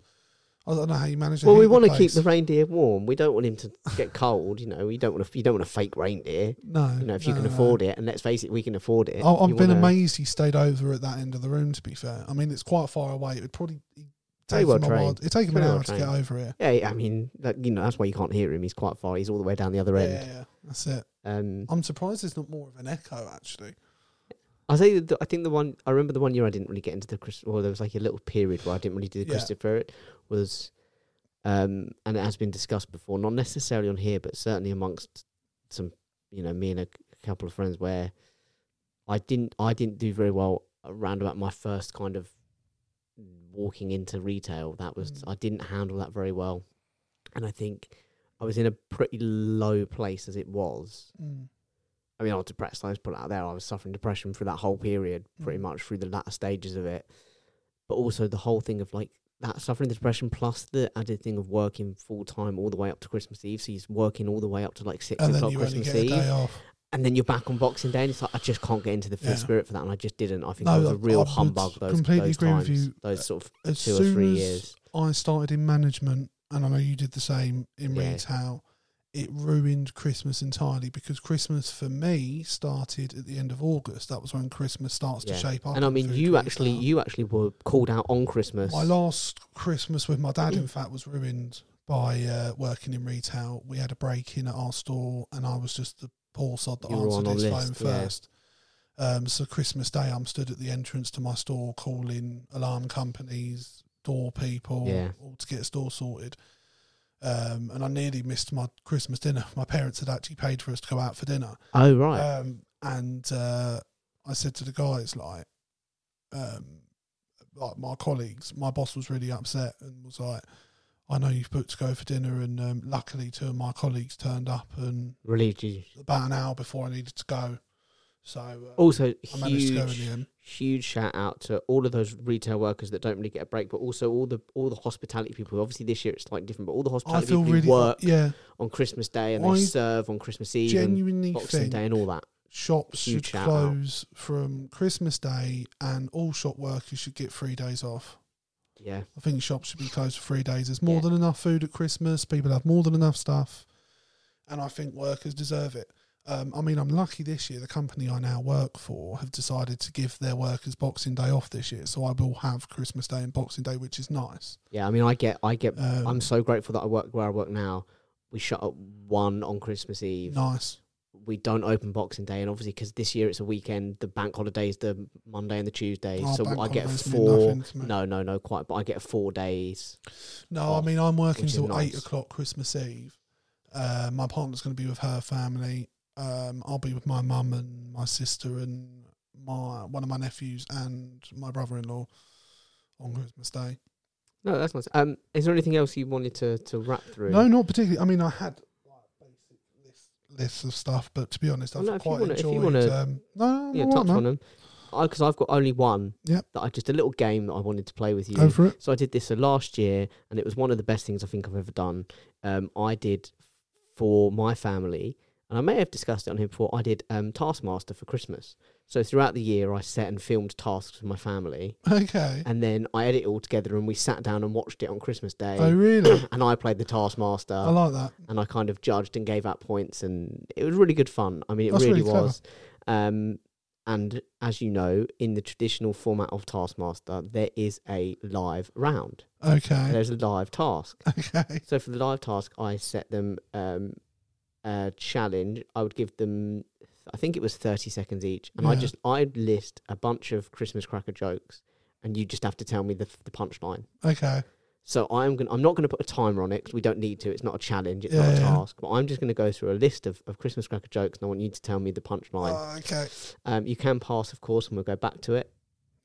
I don't know how you manage. Well, we want to keep place. the reindeer warm. We don't want him to get cold. You know, you don't want to you don't want to fake reindeer. no, You know, if no, you can no, no. afford it, and let's face it, we can afford it. I, Oh, I've you been wanna- amazed he stayed over at that end of the room. To be fair, I mean it's quite far away. It would probably Very take well him a while. trained. It take him an Very well hour to get trained. over here. Yeah, I mean, that, you know, that's why you can't hear him. He's quite far. He's all the way down the other Yeah, end. yeah, that's it. Um, I'm surprised there's not more of an echo actually. I say that the, I think the one I remember the one year I didn't really get into the Chris. Well, there was like a little period where I didn't really do the Yeah. Christopher period was, um, and it has been discussed before, not necessarily on here, but certainly amongst some, you know, me and a, couple of friends where I didn't I didn't do very well around about my first kind of walking into retail. That was Mm. I didn't handle that very well, and I think I was in a pretty low place as it was. Mm. I mean, I was depressed. Let's put it out there. I was suffering depression through that whole period, pretty Mm. much through the latter stages of it. But also the whole thing of like that suffering the depression plus the added thing of working full time all the way up to Christmas Eve. So he's working all the way up to like six And then o'clock you only Christmas get a Eve, day off. and then you're back on Boxing Day. And it's like I just can't get into the full Yeah. spirit for that, and I just didn't. I think No, I was I- a I real would humbug. Those completely those agree with times, you. Those sort of As two soon or three as years. I started in management, and I know you did the same in Yeah. retail. It ruined Christmas entirely because Christmas for me started at the end of August. That was when Christmas starts Yeah. to shape up. And I in mean, food you actually, retail. you actually were called out on Christmas. uh, My last Christmas with my dad, in fact, was ruined by uh, working in retail. We had a break in at our store, and I was just the poor sod that You were on answered our his phone list, yeah. first. Um, so Christmas Day, I'm stood at the entrance to my store, calling alarm companies, door people, Yeah. all to get a store sorted. Um, and I nearly missed my Christmas dinner. My parents had actually paid for us to go out for dinner. oh right, Um, and uh, I said to the guys, like, um, like my colleagues, my boss was really upset and was like, "I know you've booked to go for dinner," and um, luckily, two of my colleagues turned up, and relieved you. about an hour before I needed to go, so uh, Also, I managed to go in Oh, huge, the end. huge shout out to all of those retail workers that don't really get a break, but also all the all the hospitality people. Obviously, this year it's slightly different, but all the I hospitality feel people who really work yeah, on Christmas Day and I they serve on Christmas Eve and genuinely Boxing think Day and all that. shops should Huge shout out. close from Christmas Day, and all shop workers should get three days off. Yeah, I think shops should be closed for three days. There's more Yeah. than enough food at Christmas. People have more than enough stuff, and I think workers deserve it. Um, I mean, I'm lucky this year. The company I now work for have decided to give their workers Boxing Day off this year, so I will have Christmas Day and Boxing Day, which is nice. yeah. I mean, I get, I get. Um, I'm so grateful that I work where I work now. We shut up one on Christmas Eve. nice. We don't open Boxing Day, and obviously because this year it's a weekend, the bank holidays, the Monday and the Tuesday, Our so Oh, bank I get holidays mean four. nothing to me. No, no, no, quite. But I get four days. No, I off, mean I'm working which is till eight nice. o'clock Christmas Eve. Uh, my partner's going to be with her family. Um, I'll be with my mum and my sister and my one of my nephews and my brother-in-law on Christmas Day. No, that's nice. Um, is there anything else you wanted to to wrap through? No, not particularly. I mean, I had like basic list, lists of stuff, but to be honest, I've Well, no, if you quite wanna- if you enjoyed. wanna- um, no, no, yeah, no, touch on them. Because I've got only one. Yep. That I just a little game that I wanted to play with you. Go for it. So I did this uh, last year, and it was one of the best things I think I've ever done. Um, I did for my family, and I may have discussed it on here before. I did um, Taskmaster for Christmas. So throughout the year, I set and filmed tasks for my family, Okay. and then I edit it all together, and we sat down and watched it on Christmas Day. Oh, really? and I played the Taskmaster I like that. and I kind of judged and gave out points, and it was really good fun. I mean, it That's really, really clever. was. Um, and as you know, in the traditional format of Taskmaster, there is a live round. Okay. There's a live task. Okay. So for the live task, I set them um, uh, challenge, I would give them, I think it was 30 seconds each. And I Yeah. just, I'd list a bunch of Christmas cracker jokes and you just have to tell me the, the punchline. Okay. So I'm going to I'm not going to put a timer on it 'cause we don't need to. It's not a challenge. It's not Yeah, a yeah. task. But I'm just going to go through a list of, of Christmas cracker jokes and I want you to tell me the punchline. Oh, okay. Um, you can pass, of course, and we'll go back to it.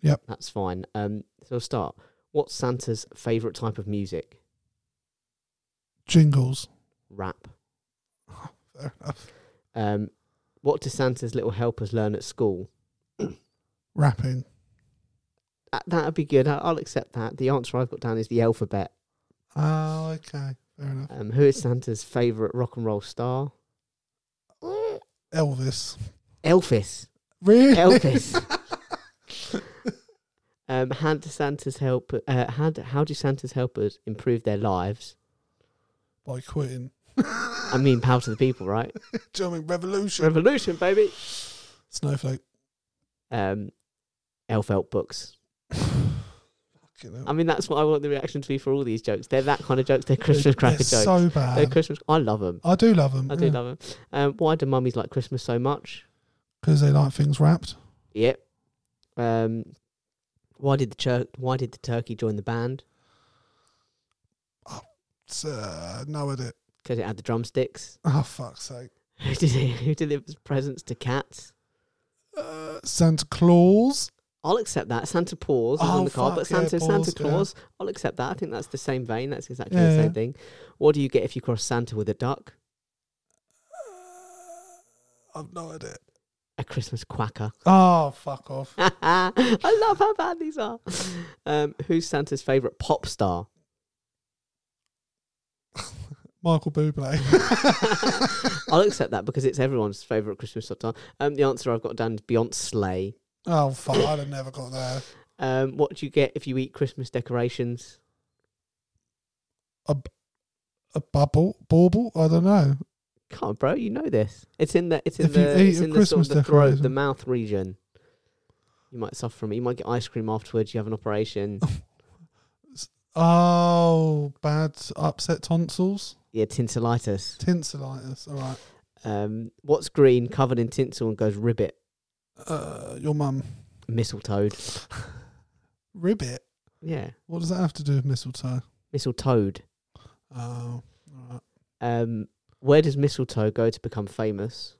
Yep. That's fine. Um, so we'll start. What's Santa's favourite type of music? Jingles. Rap. Fair enough. Um, what do Santa's little helpers learn at school? Rapping. That, that'd be good. I, I'll accept that. The answer I've got down is the alphabet. Oh, okay. Fair enough. Um, who is Santa's favourite rock and roll star? Uh. Elvis. Elvis. Really? Elvis. Um, how do Santa's help? Uh, how, do, how do Santa's helpers improve their lives? By quitting. I mean, power to the people, right? Do you know what I mean? Revolution. Revolution, baby. Snowflake. Um, elf help books. Fucking hell. I mean, that's what I want the reaction to be for all these jokes. They're that kind of jokes. They're Christmas cracker They're jokes. so They're bad. Mm. Christmas. I love them. I do love them. I do love them. Um, why do mummies like Christmas so much? Because they like things wrapped. Yep. Um, why did the chur- Why did the turkey join the band? It's, uh, no edit. Because it had the drumsticks. Oh, fuck's sake. Who did it, Who delivers presents to cats? Uh, Santa Claus. I'll accept that. Santa Paws is Oh, on the card, fuck, but yeah, Santa Paws, Santa yeah. Claus. I'll accept that. I think that's the same vein. That's exactly the Yeah, same yeah. thing. What do you get if you cross Santa with a duck? Uh, I've no edit. A Christmas quacker. Oh, fuck off. I love how bad these are. Um, who's Santa's favourite pop star? Michael Bublé. I'll accept that because it's everyone's favourite Christmas star. Um, the answer I've got down is Beyonce. oh, fuck. I'd have never got there. Um, what do you get if you eat Christmas decorations? A bubble? Bauble? I don't know. Come on, bro, you know this. It's in the it's in If you the eat it's a in the sort Christmas of the throat, the decoration. mouth region. You might suffer from it. You might get ice cream afterwards. You have an operation. Oh, bad upset tonsils. Yeah, tinselitis. Tinselitis. All right. Um, what's green, covered in tinsel, and goes ribbit? Uh, your mum. Mistletoe. Ribbit. Yeah, What does that have to do with mistletoe? mistletoe. Oh, all right. Um, where does mistletoe go to become famous?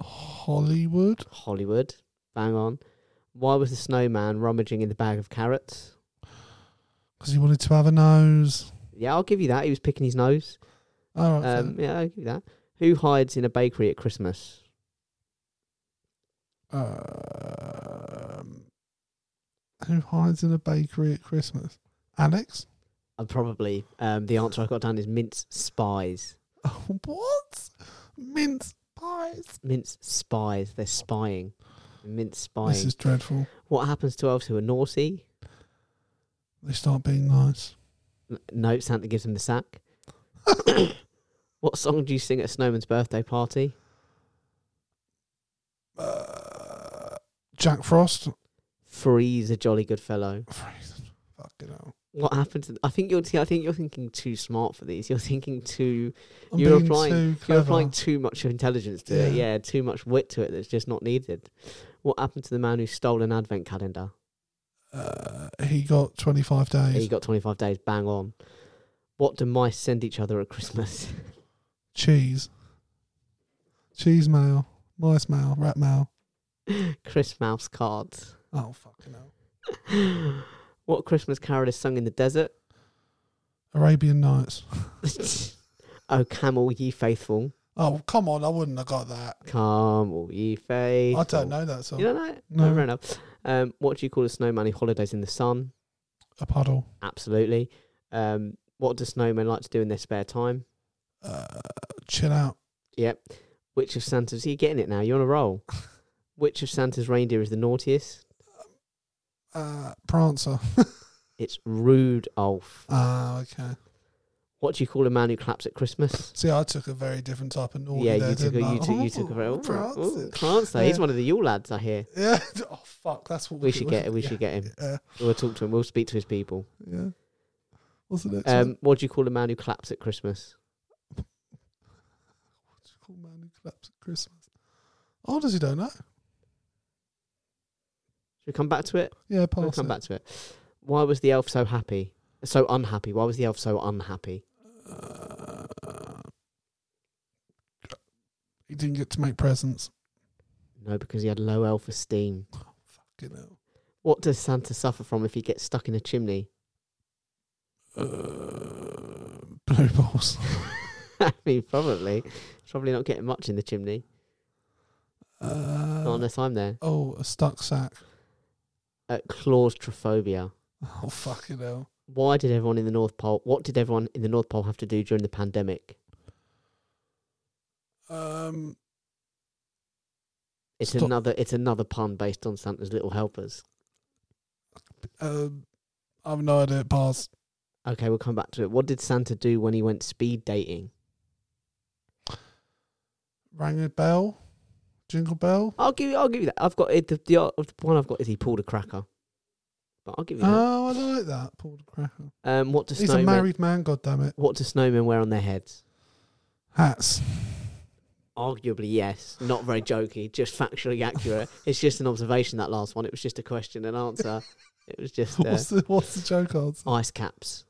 Hollywood. Hollywood. Bang on. Why was the snowman rummaging in the bag of carrots? Because he wanted to have a nose. Yeah, I'll give you that. He was picking his nose. All right. Um, yeah, I'll give you that. Who hides in a bakery at Christmas? fair. um, who hides in a bakery at Christmas? Alex. Uh, probably. Um, the answer I got down is mince spies. Oh, what? Mince pies. Mince spies. They're spying. Mince spying. This is dreadful. What happens to elves who are naughty? They start being nice. N- No, Santa gives them the sack. what song do you sing at a snowman's birthday party? Uh, Jack Frost. Freeze a jolly good fellow. Fucking hell. What happened to? I think you're. I think you're thinking too smart for these. You're thinking too. I'm You're being applying- too You're clever. applying too much intelligence to it. Yeah, too much wit to it that's just not needed. What happened to the man who stole an advent calendar? uh, he got 25 He days. got 25 days. Bang on. What do mice send each other at Christmas? Cheese. Cheese mail. Mice mail. Rat mail. Chris Mouse cards. Oh, fucking hell. what Christmas carol is sung in the desert? Arabian Nights. oh, camel, ye faithful. Oh, come on. I wouldn't have got that. Come, all ye faithful. I don't know that song. You don't know? it? No. Oh, fair enough. Um, what do you call a snowman who holidays in the sun? A puddle. Absolutely. Um, what do snowmen like to do in their spare time? Uh, chill out. Yep. Which of Santa's? You're getting it now. You're on a roll. Which of Santa's reindeer is the naughtiest? Uh, Prancer. It's Rudolph. Ah, okay. What do you call a man who claps at Christmas? See, I took a very different type of naughty yeah, there, you took, a, didn't I? you took you took a Ooh, very Prancer. Prance. He's Oh, Yeah. one of the Yule lads, I hear. Yeah. Oh, fuck. That's what we, We should get we should get him. Yeah. We'll talk to him. We'll speak to his people. yeah. What's the next one? Um, what do you call a man who claps at Christmas? typical man who claps at Christmas. Oh, does he don't know? Should we come back to it? Yeah, We'll pass come it. back to it. Why was the elf so happy? So unhappy. Why was the elf so unhappy? Uh, he didn't get to make presents. No, because he had low elf esteem. Fucking hell. What does Santa suffer from if he gets stuck in a chimney? Uh, blue balls. I mean, probably. He's Probably not getting much in the chimney. Uh, Not unless I'm there. oh, a stuck sack. Uh, claustrophobia. Oh, fucking hell. Why did everyone in the North Pole? What did everyone in the North Pole have to do during the pandemic? Um, It's Stop. another. It's another pun based on Santa's Little Helpers. um, I've no idea. Pass. Okay, we'll come back to it. What did Santa do when he went speed dating? Rang a bell. Jingle bell. I'll give you. I'll give you that. I've got it. The, the, the one I've got is he pulled a cracker. But I'll give you that. Oh, I like that. Paul the Cracker. um, what do He's a snowmen? married man, God damn it. what do snowmen wear on their heads? Hats. Arguably, yes. Not very jokey. Just factually accurate. it's just an observation. That last one. It was just a question and answer. it was just uh, What's the, what's the joke odds? ice caps.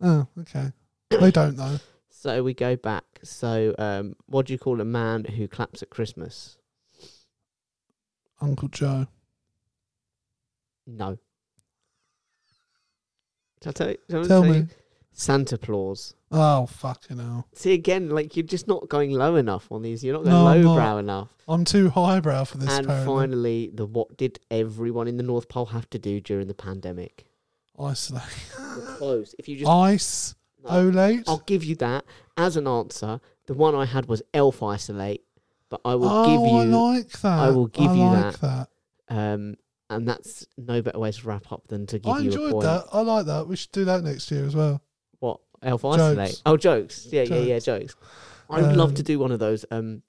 Oh, okay. They don't know. So we go back. So um, what do you call a man who claps at Christmas? Uncle Joe. No. Shall I tell you? shall I Tell tell me. you? Santa Claus. Oh, fucking hell. See again, like you're just not going low enough on these. You're not No, I'm going not. lowbrow enough. I'm too highbrow for this, and apparently. finally, the what did everyone in the North Pole have to do during the pandemic? Isolate. Close. If you Oh, just, Ice. No. Olate. I'll give you that as an answer. The one I had was elf isolate, but I will oh, I give you, like that. I will give you like that. that. um, and that's no better way to wrap up than to give I you a enjoyed point. that. I like that. We should do that next year as well. What elf isolate? Jokes. Oh, jokes. Yeah, yeah, yeah, jokes. I would love to Um, do one of those. Um,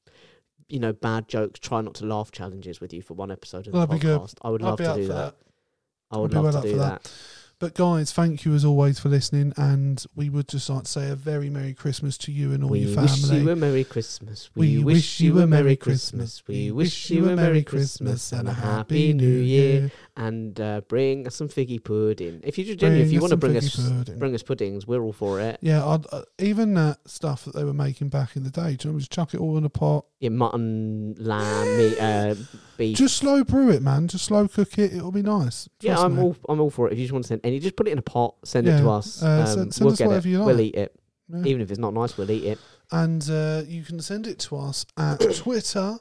you know, bad jokes. Try not to laugh challenges with you for one episode of the That'd be good. podcast. I would I'd love be to up do for that. that. I would I'd be love well to up do for that. that. But guys, thank you as always for listening, and we would just like to say a very merry Christmas to you and all We your wish family. you a Merry Christmas. We We wish you a Merry Christmas. We wish you a Merry Christmas and a Happy New Year. And uh, bring us some figgy pudding. If you just genuinely, if Bring you us want to some bring figgy us pudding. bring us puddings, we're all for it. Yeah, I'd, uh, even that stuff that they were making back in the day, do you know, just chuck it all in a pot. Yeah, mutton, lamb, meat, uh, beef. Just slow brew it, man. Just slow cook it. It'll be nice. yeah, Trust I'm me. all I'm all for it. If you just want to send any, just put it in a pot, send it Yeah, to us. uh, um, send- send we'll us get it. whatever you We'll like. eat it, Yeah. even if it's not nice. We'll eat it. and uh, you can send it to us at Twitter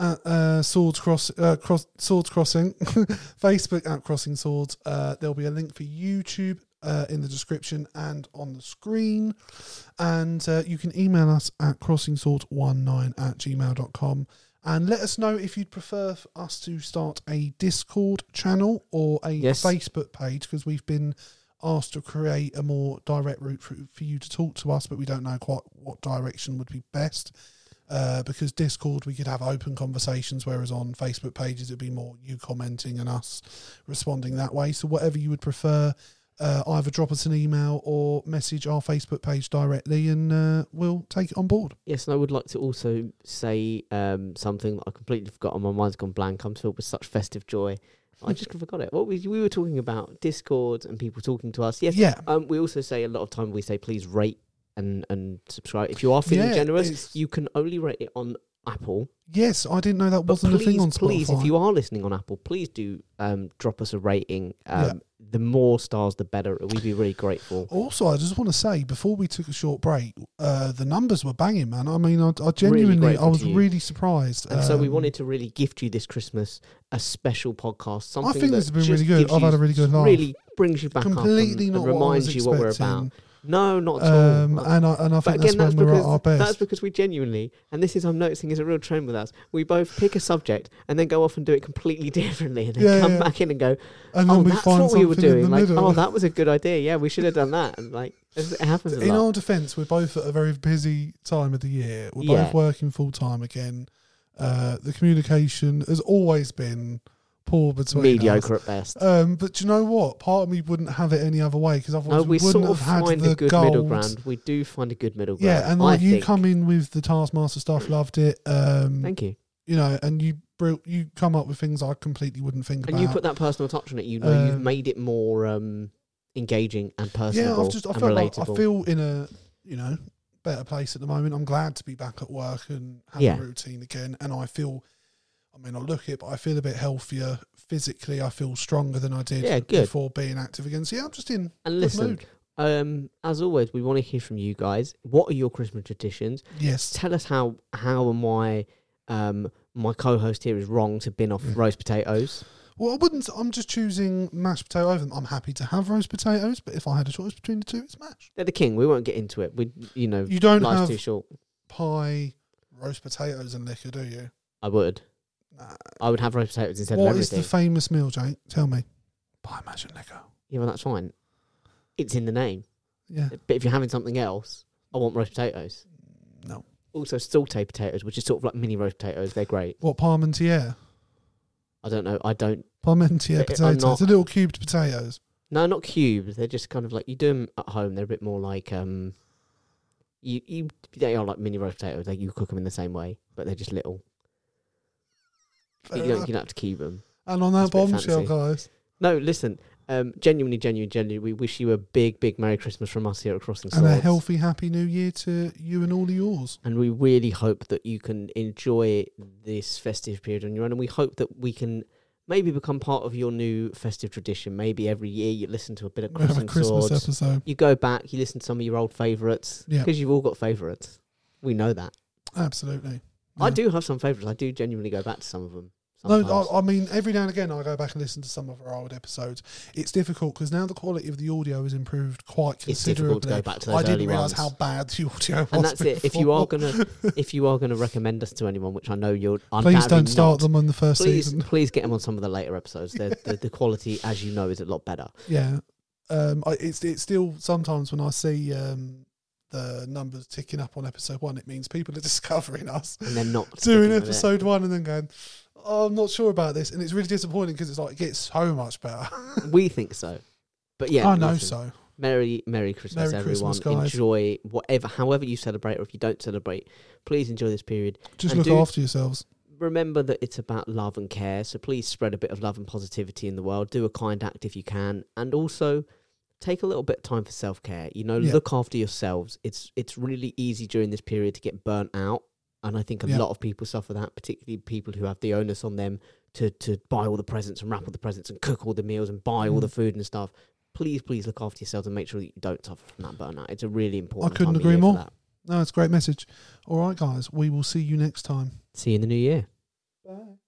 at uh, Swords Cross uh, Cross Swords Crossing, Facebook at Crossing Swords. Uh, there'll be a link for YouTube. Uh, in the description and on the screen. And uh, you can email us at crossingsword19 at gmail.com. And let us know if you'd prefer f- us to start a Discord channel or a Yes. Facebook page because we've been asked to create a more direct route for, for you to talk to us, but we don't know quite what direction would be best. Uh, because Discord, we could have open conversations, whereas on Facebook pages, it'd be more you commenting and us responding that way. So, whatever you would prefer, uh, either drop us an email or message our Facebook page directly, and uh, we'll take it on board. Yes, and I would like to also say um, something that I completely forgot and my mind's gone blank. I'm filled with such festive joy. I just forgot it. What we, we were talking about Discord and people talking to us. Yes. Yeah. Um, we also say a lot of time we say please rate and, and subscribe. If you are feeling Yeah, generous, it's- you can only rate it on Apple. Yes, I didn't know that But wasn't please, a thing on Spotify. please, if you are listening on Apple, please do um, drop us a rating. Um, Yeah. The more stars, the better. We'd be really grateful. Also, I just want to say before we took a short break, uh, the numbers were banging, man. I mean, I, I genuinely, I grateful was to you. really surprised. And so we Um, wanted to really gift you this Christmas a special podcast. Something think that this has been just really good. gives I've you- had a really good laugh. Really brings you back completely up and, not and what I reminds was you what we're about. expecting. No, not at Um, all. and I and I but think again, that's that's when we're at because our best. that's because we genuinely, and this is I'm noticing is a real trend with us. We both pick a subject and then go off and do it completely differently, and then Yeah, come yeah. back in and go, and then "Oh, we that's find what we were something in doing." the Like, middle. "Oh, that was a good idea. Yeah, we should have done that." And like, it happens a in lot. our defence, we're both at a very busy time of the year. We're Yeah. both working full time again. Uh, the communication has always been poor between us. mediocre at best. Um, but do you know what? Part of me wouldn't have it any other way because otherwise No, we, we wouldn't sort of have had find the a good gold. middle ground. We do find a good middle ground. Yeah, and I like you think. come in with the Taskmaster stuff, loved it. Um, Thank you. you know, and you br- you come up with things I completely wouldn't think And about. you put that personal touch on it. You know, you've Um, made it more um, engaging and yeah, personable I've just I and feel like I relatable. feel in a you know better place at the moment. I'm glad to be back at work and have Yeah. a routine again, and I feel. I mean, I look it, but I feel a bit healthier physically. I feel stronger than I did Yeah, good. before being active again. So yeah, I'm just in and good listen, mood. um, as always, we want to hear from you guys. What are your Christmas traditions? Yes, Tell us how how and why um, my co-host here is wrong to bin off Mm. roast potatoes. Well, I wouldn't. I'm just choosing mashed potato over them. I'm happy to have roast potatoes, but if I had a choice between the two, it's mashed. They're the king. We won't get into it. We, you know, You don't life's have too short. pie, roast potatoes, and liquor, do you? I would. Nah. I would have roast potatoes instead of What is everything. the famous meal, Jake? Tell me. Pie, mash, and liquor. yeah, well, that's fine. It's in the name. Yeah. But if you're having something else, I want roast potatoes. No. Also, saute potatoes, which is sort of like mini roast potatoes. They're great. What parmentier? I don't know. I don't. Parmentier I'm potatoes. not- The little cubed potatoes. No, not cubes. They're just kind of like you do them at home. They're a bit more like um. You you they are like mini roast potatoes. Like you cook them in the same way, but they're just little. Fair You don't, enough. you don't have to keep them. And on that That's a bit bombshell, fancy. guys. No, listen. Um, genuinely, genuinely, genuinely, we wish you a big, big Merry Christmas from us here at Crossing Swords. And a healthy, happy new year to you and all of yours. and we really hope that you can enjoy this festive period on your own and we hope that we can maybe become part of your new festive tradition maybe every year you listen to a bit of We have a Christmas Christmas swords episode. you go back you listen to some of your old favorites Yeah. because you've all got favorites we know that Absolutely. i Yeah. do have some favorites i do genuinely go back to some of them No, sometimes. I, I mean, every now and again, I go back and listen to some of our old episodes. It's difficult because now the quality of the audio has improved quite it's difficult to considerably. go back to those I didn't early realise ones how bad the audio was. and that's it if you before. are going to if you are going to recommend us to anyone which i know you're please don't undoubtedly start not, them on the first please season. please get them on some of the later episodes the, the, the quality as you know is a lot better Yeah, um, I, it's it's still sometimes when I see um, the numbers ticking up on episode one, it means people are discovering us and they're not doing sticking with it. episode one and then going, oh, "I'm not sure about this," and it's really disappointing because it's like it gets so much better. We think so. But yeah, I know listen, so. Merry Merry Christmas, Merry everyone. Christmas, guys. Enjoy whatever, however you celebrate, or if you don't celebrate, please enjoy this period. Just And look do- after yourselves. Remember that it's about love and care, so please spread a bit of love and positivity in the world. Do a kind act if you can, and also take a little bit of time for self care. You know, Yeah. look after yourselves. It's it's really easy during this period to get burnt out, and I think a Yeah. lot of people suffer that, particularly people who have the onus on them to to buy all the presents and wrap all the presents and cook all the meals and buy all the Mm. food and stuff. Please, please look after yourselves and make sure that you don't suffer from that burnout. It's a really important. couldn't time of agree year for more. that. No, it's a great message. All right, guys, we will see you next time. See you in the new year. Bye.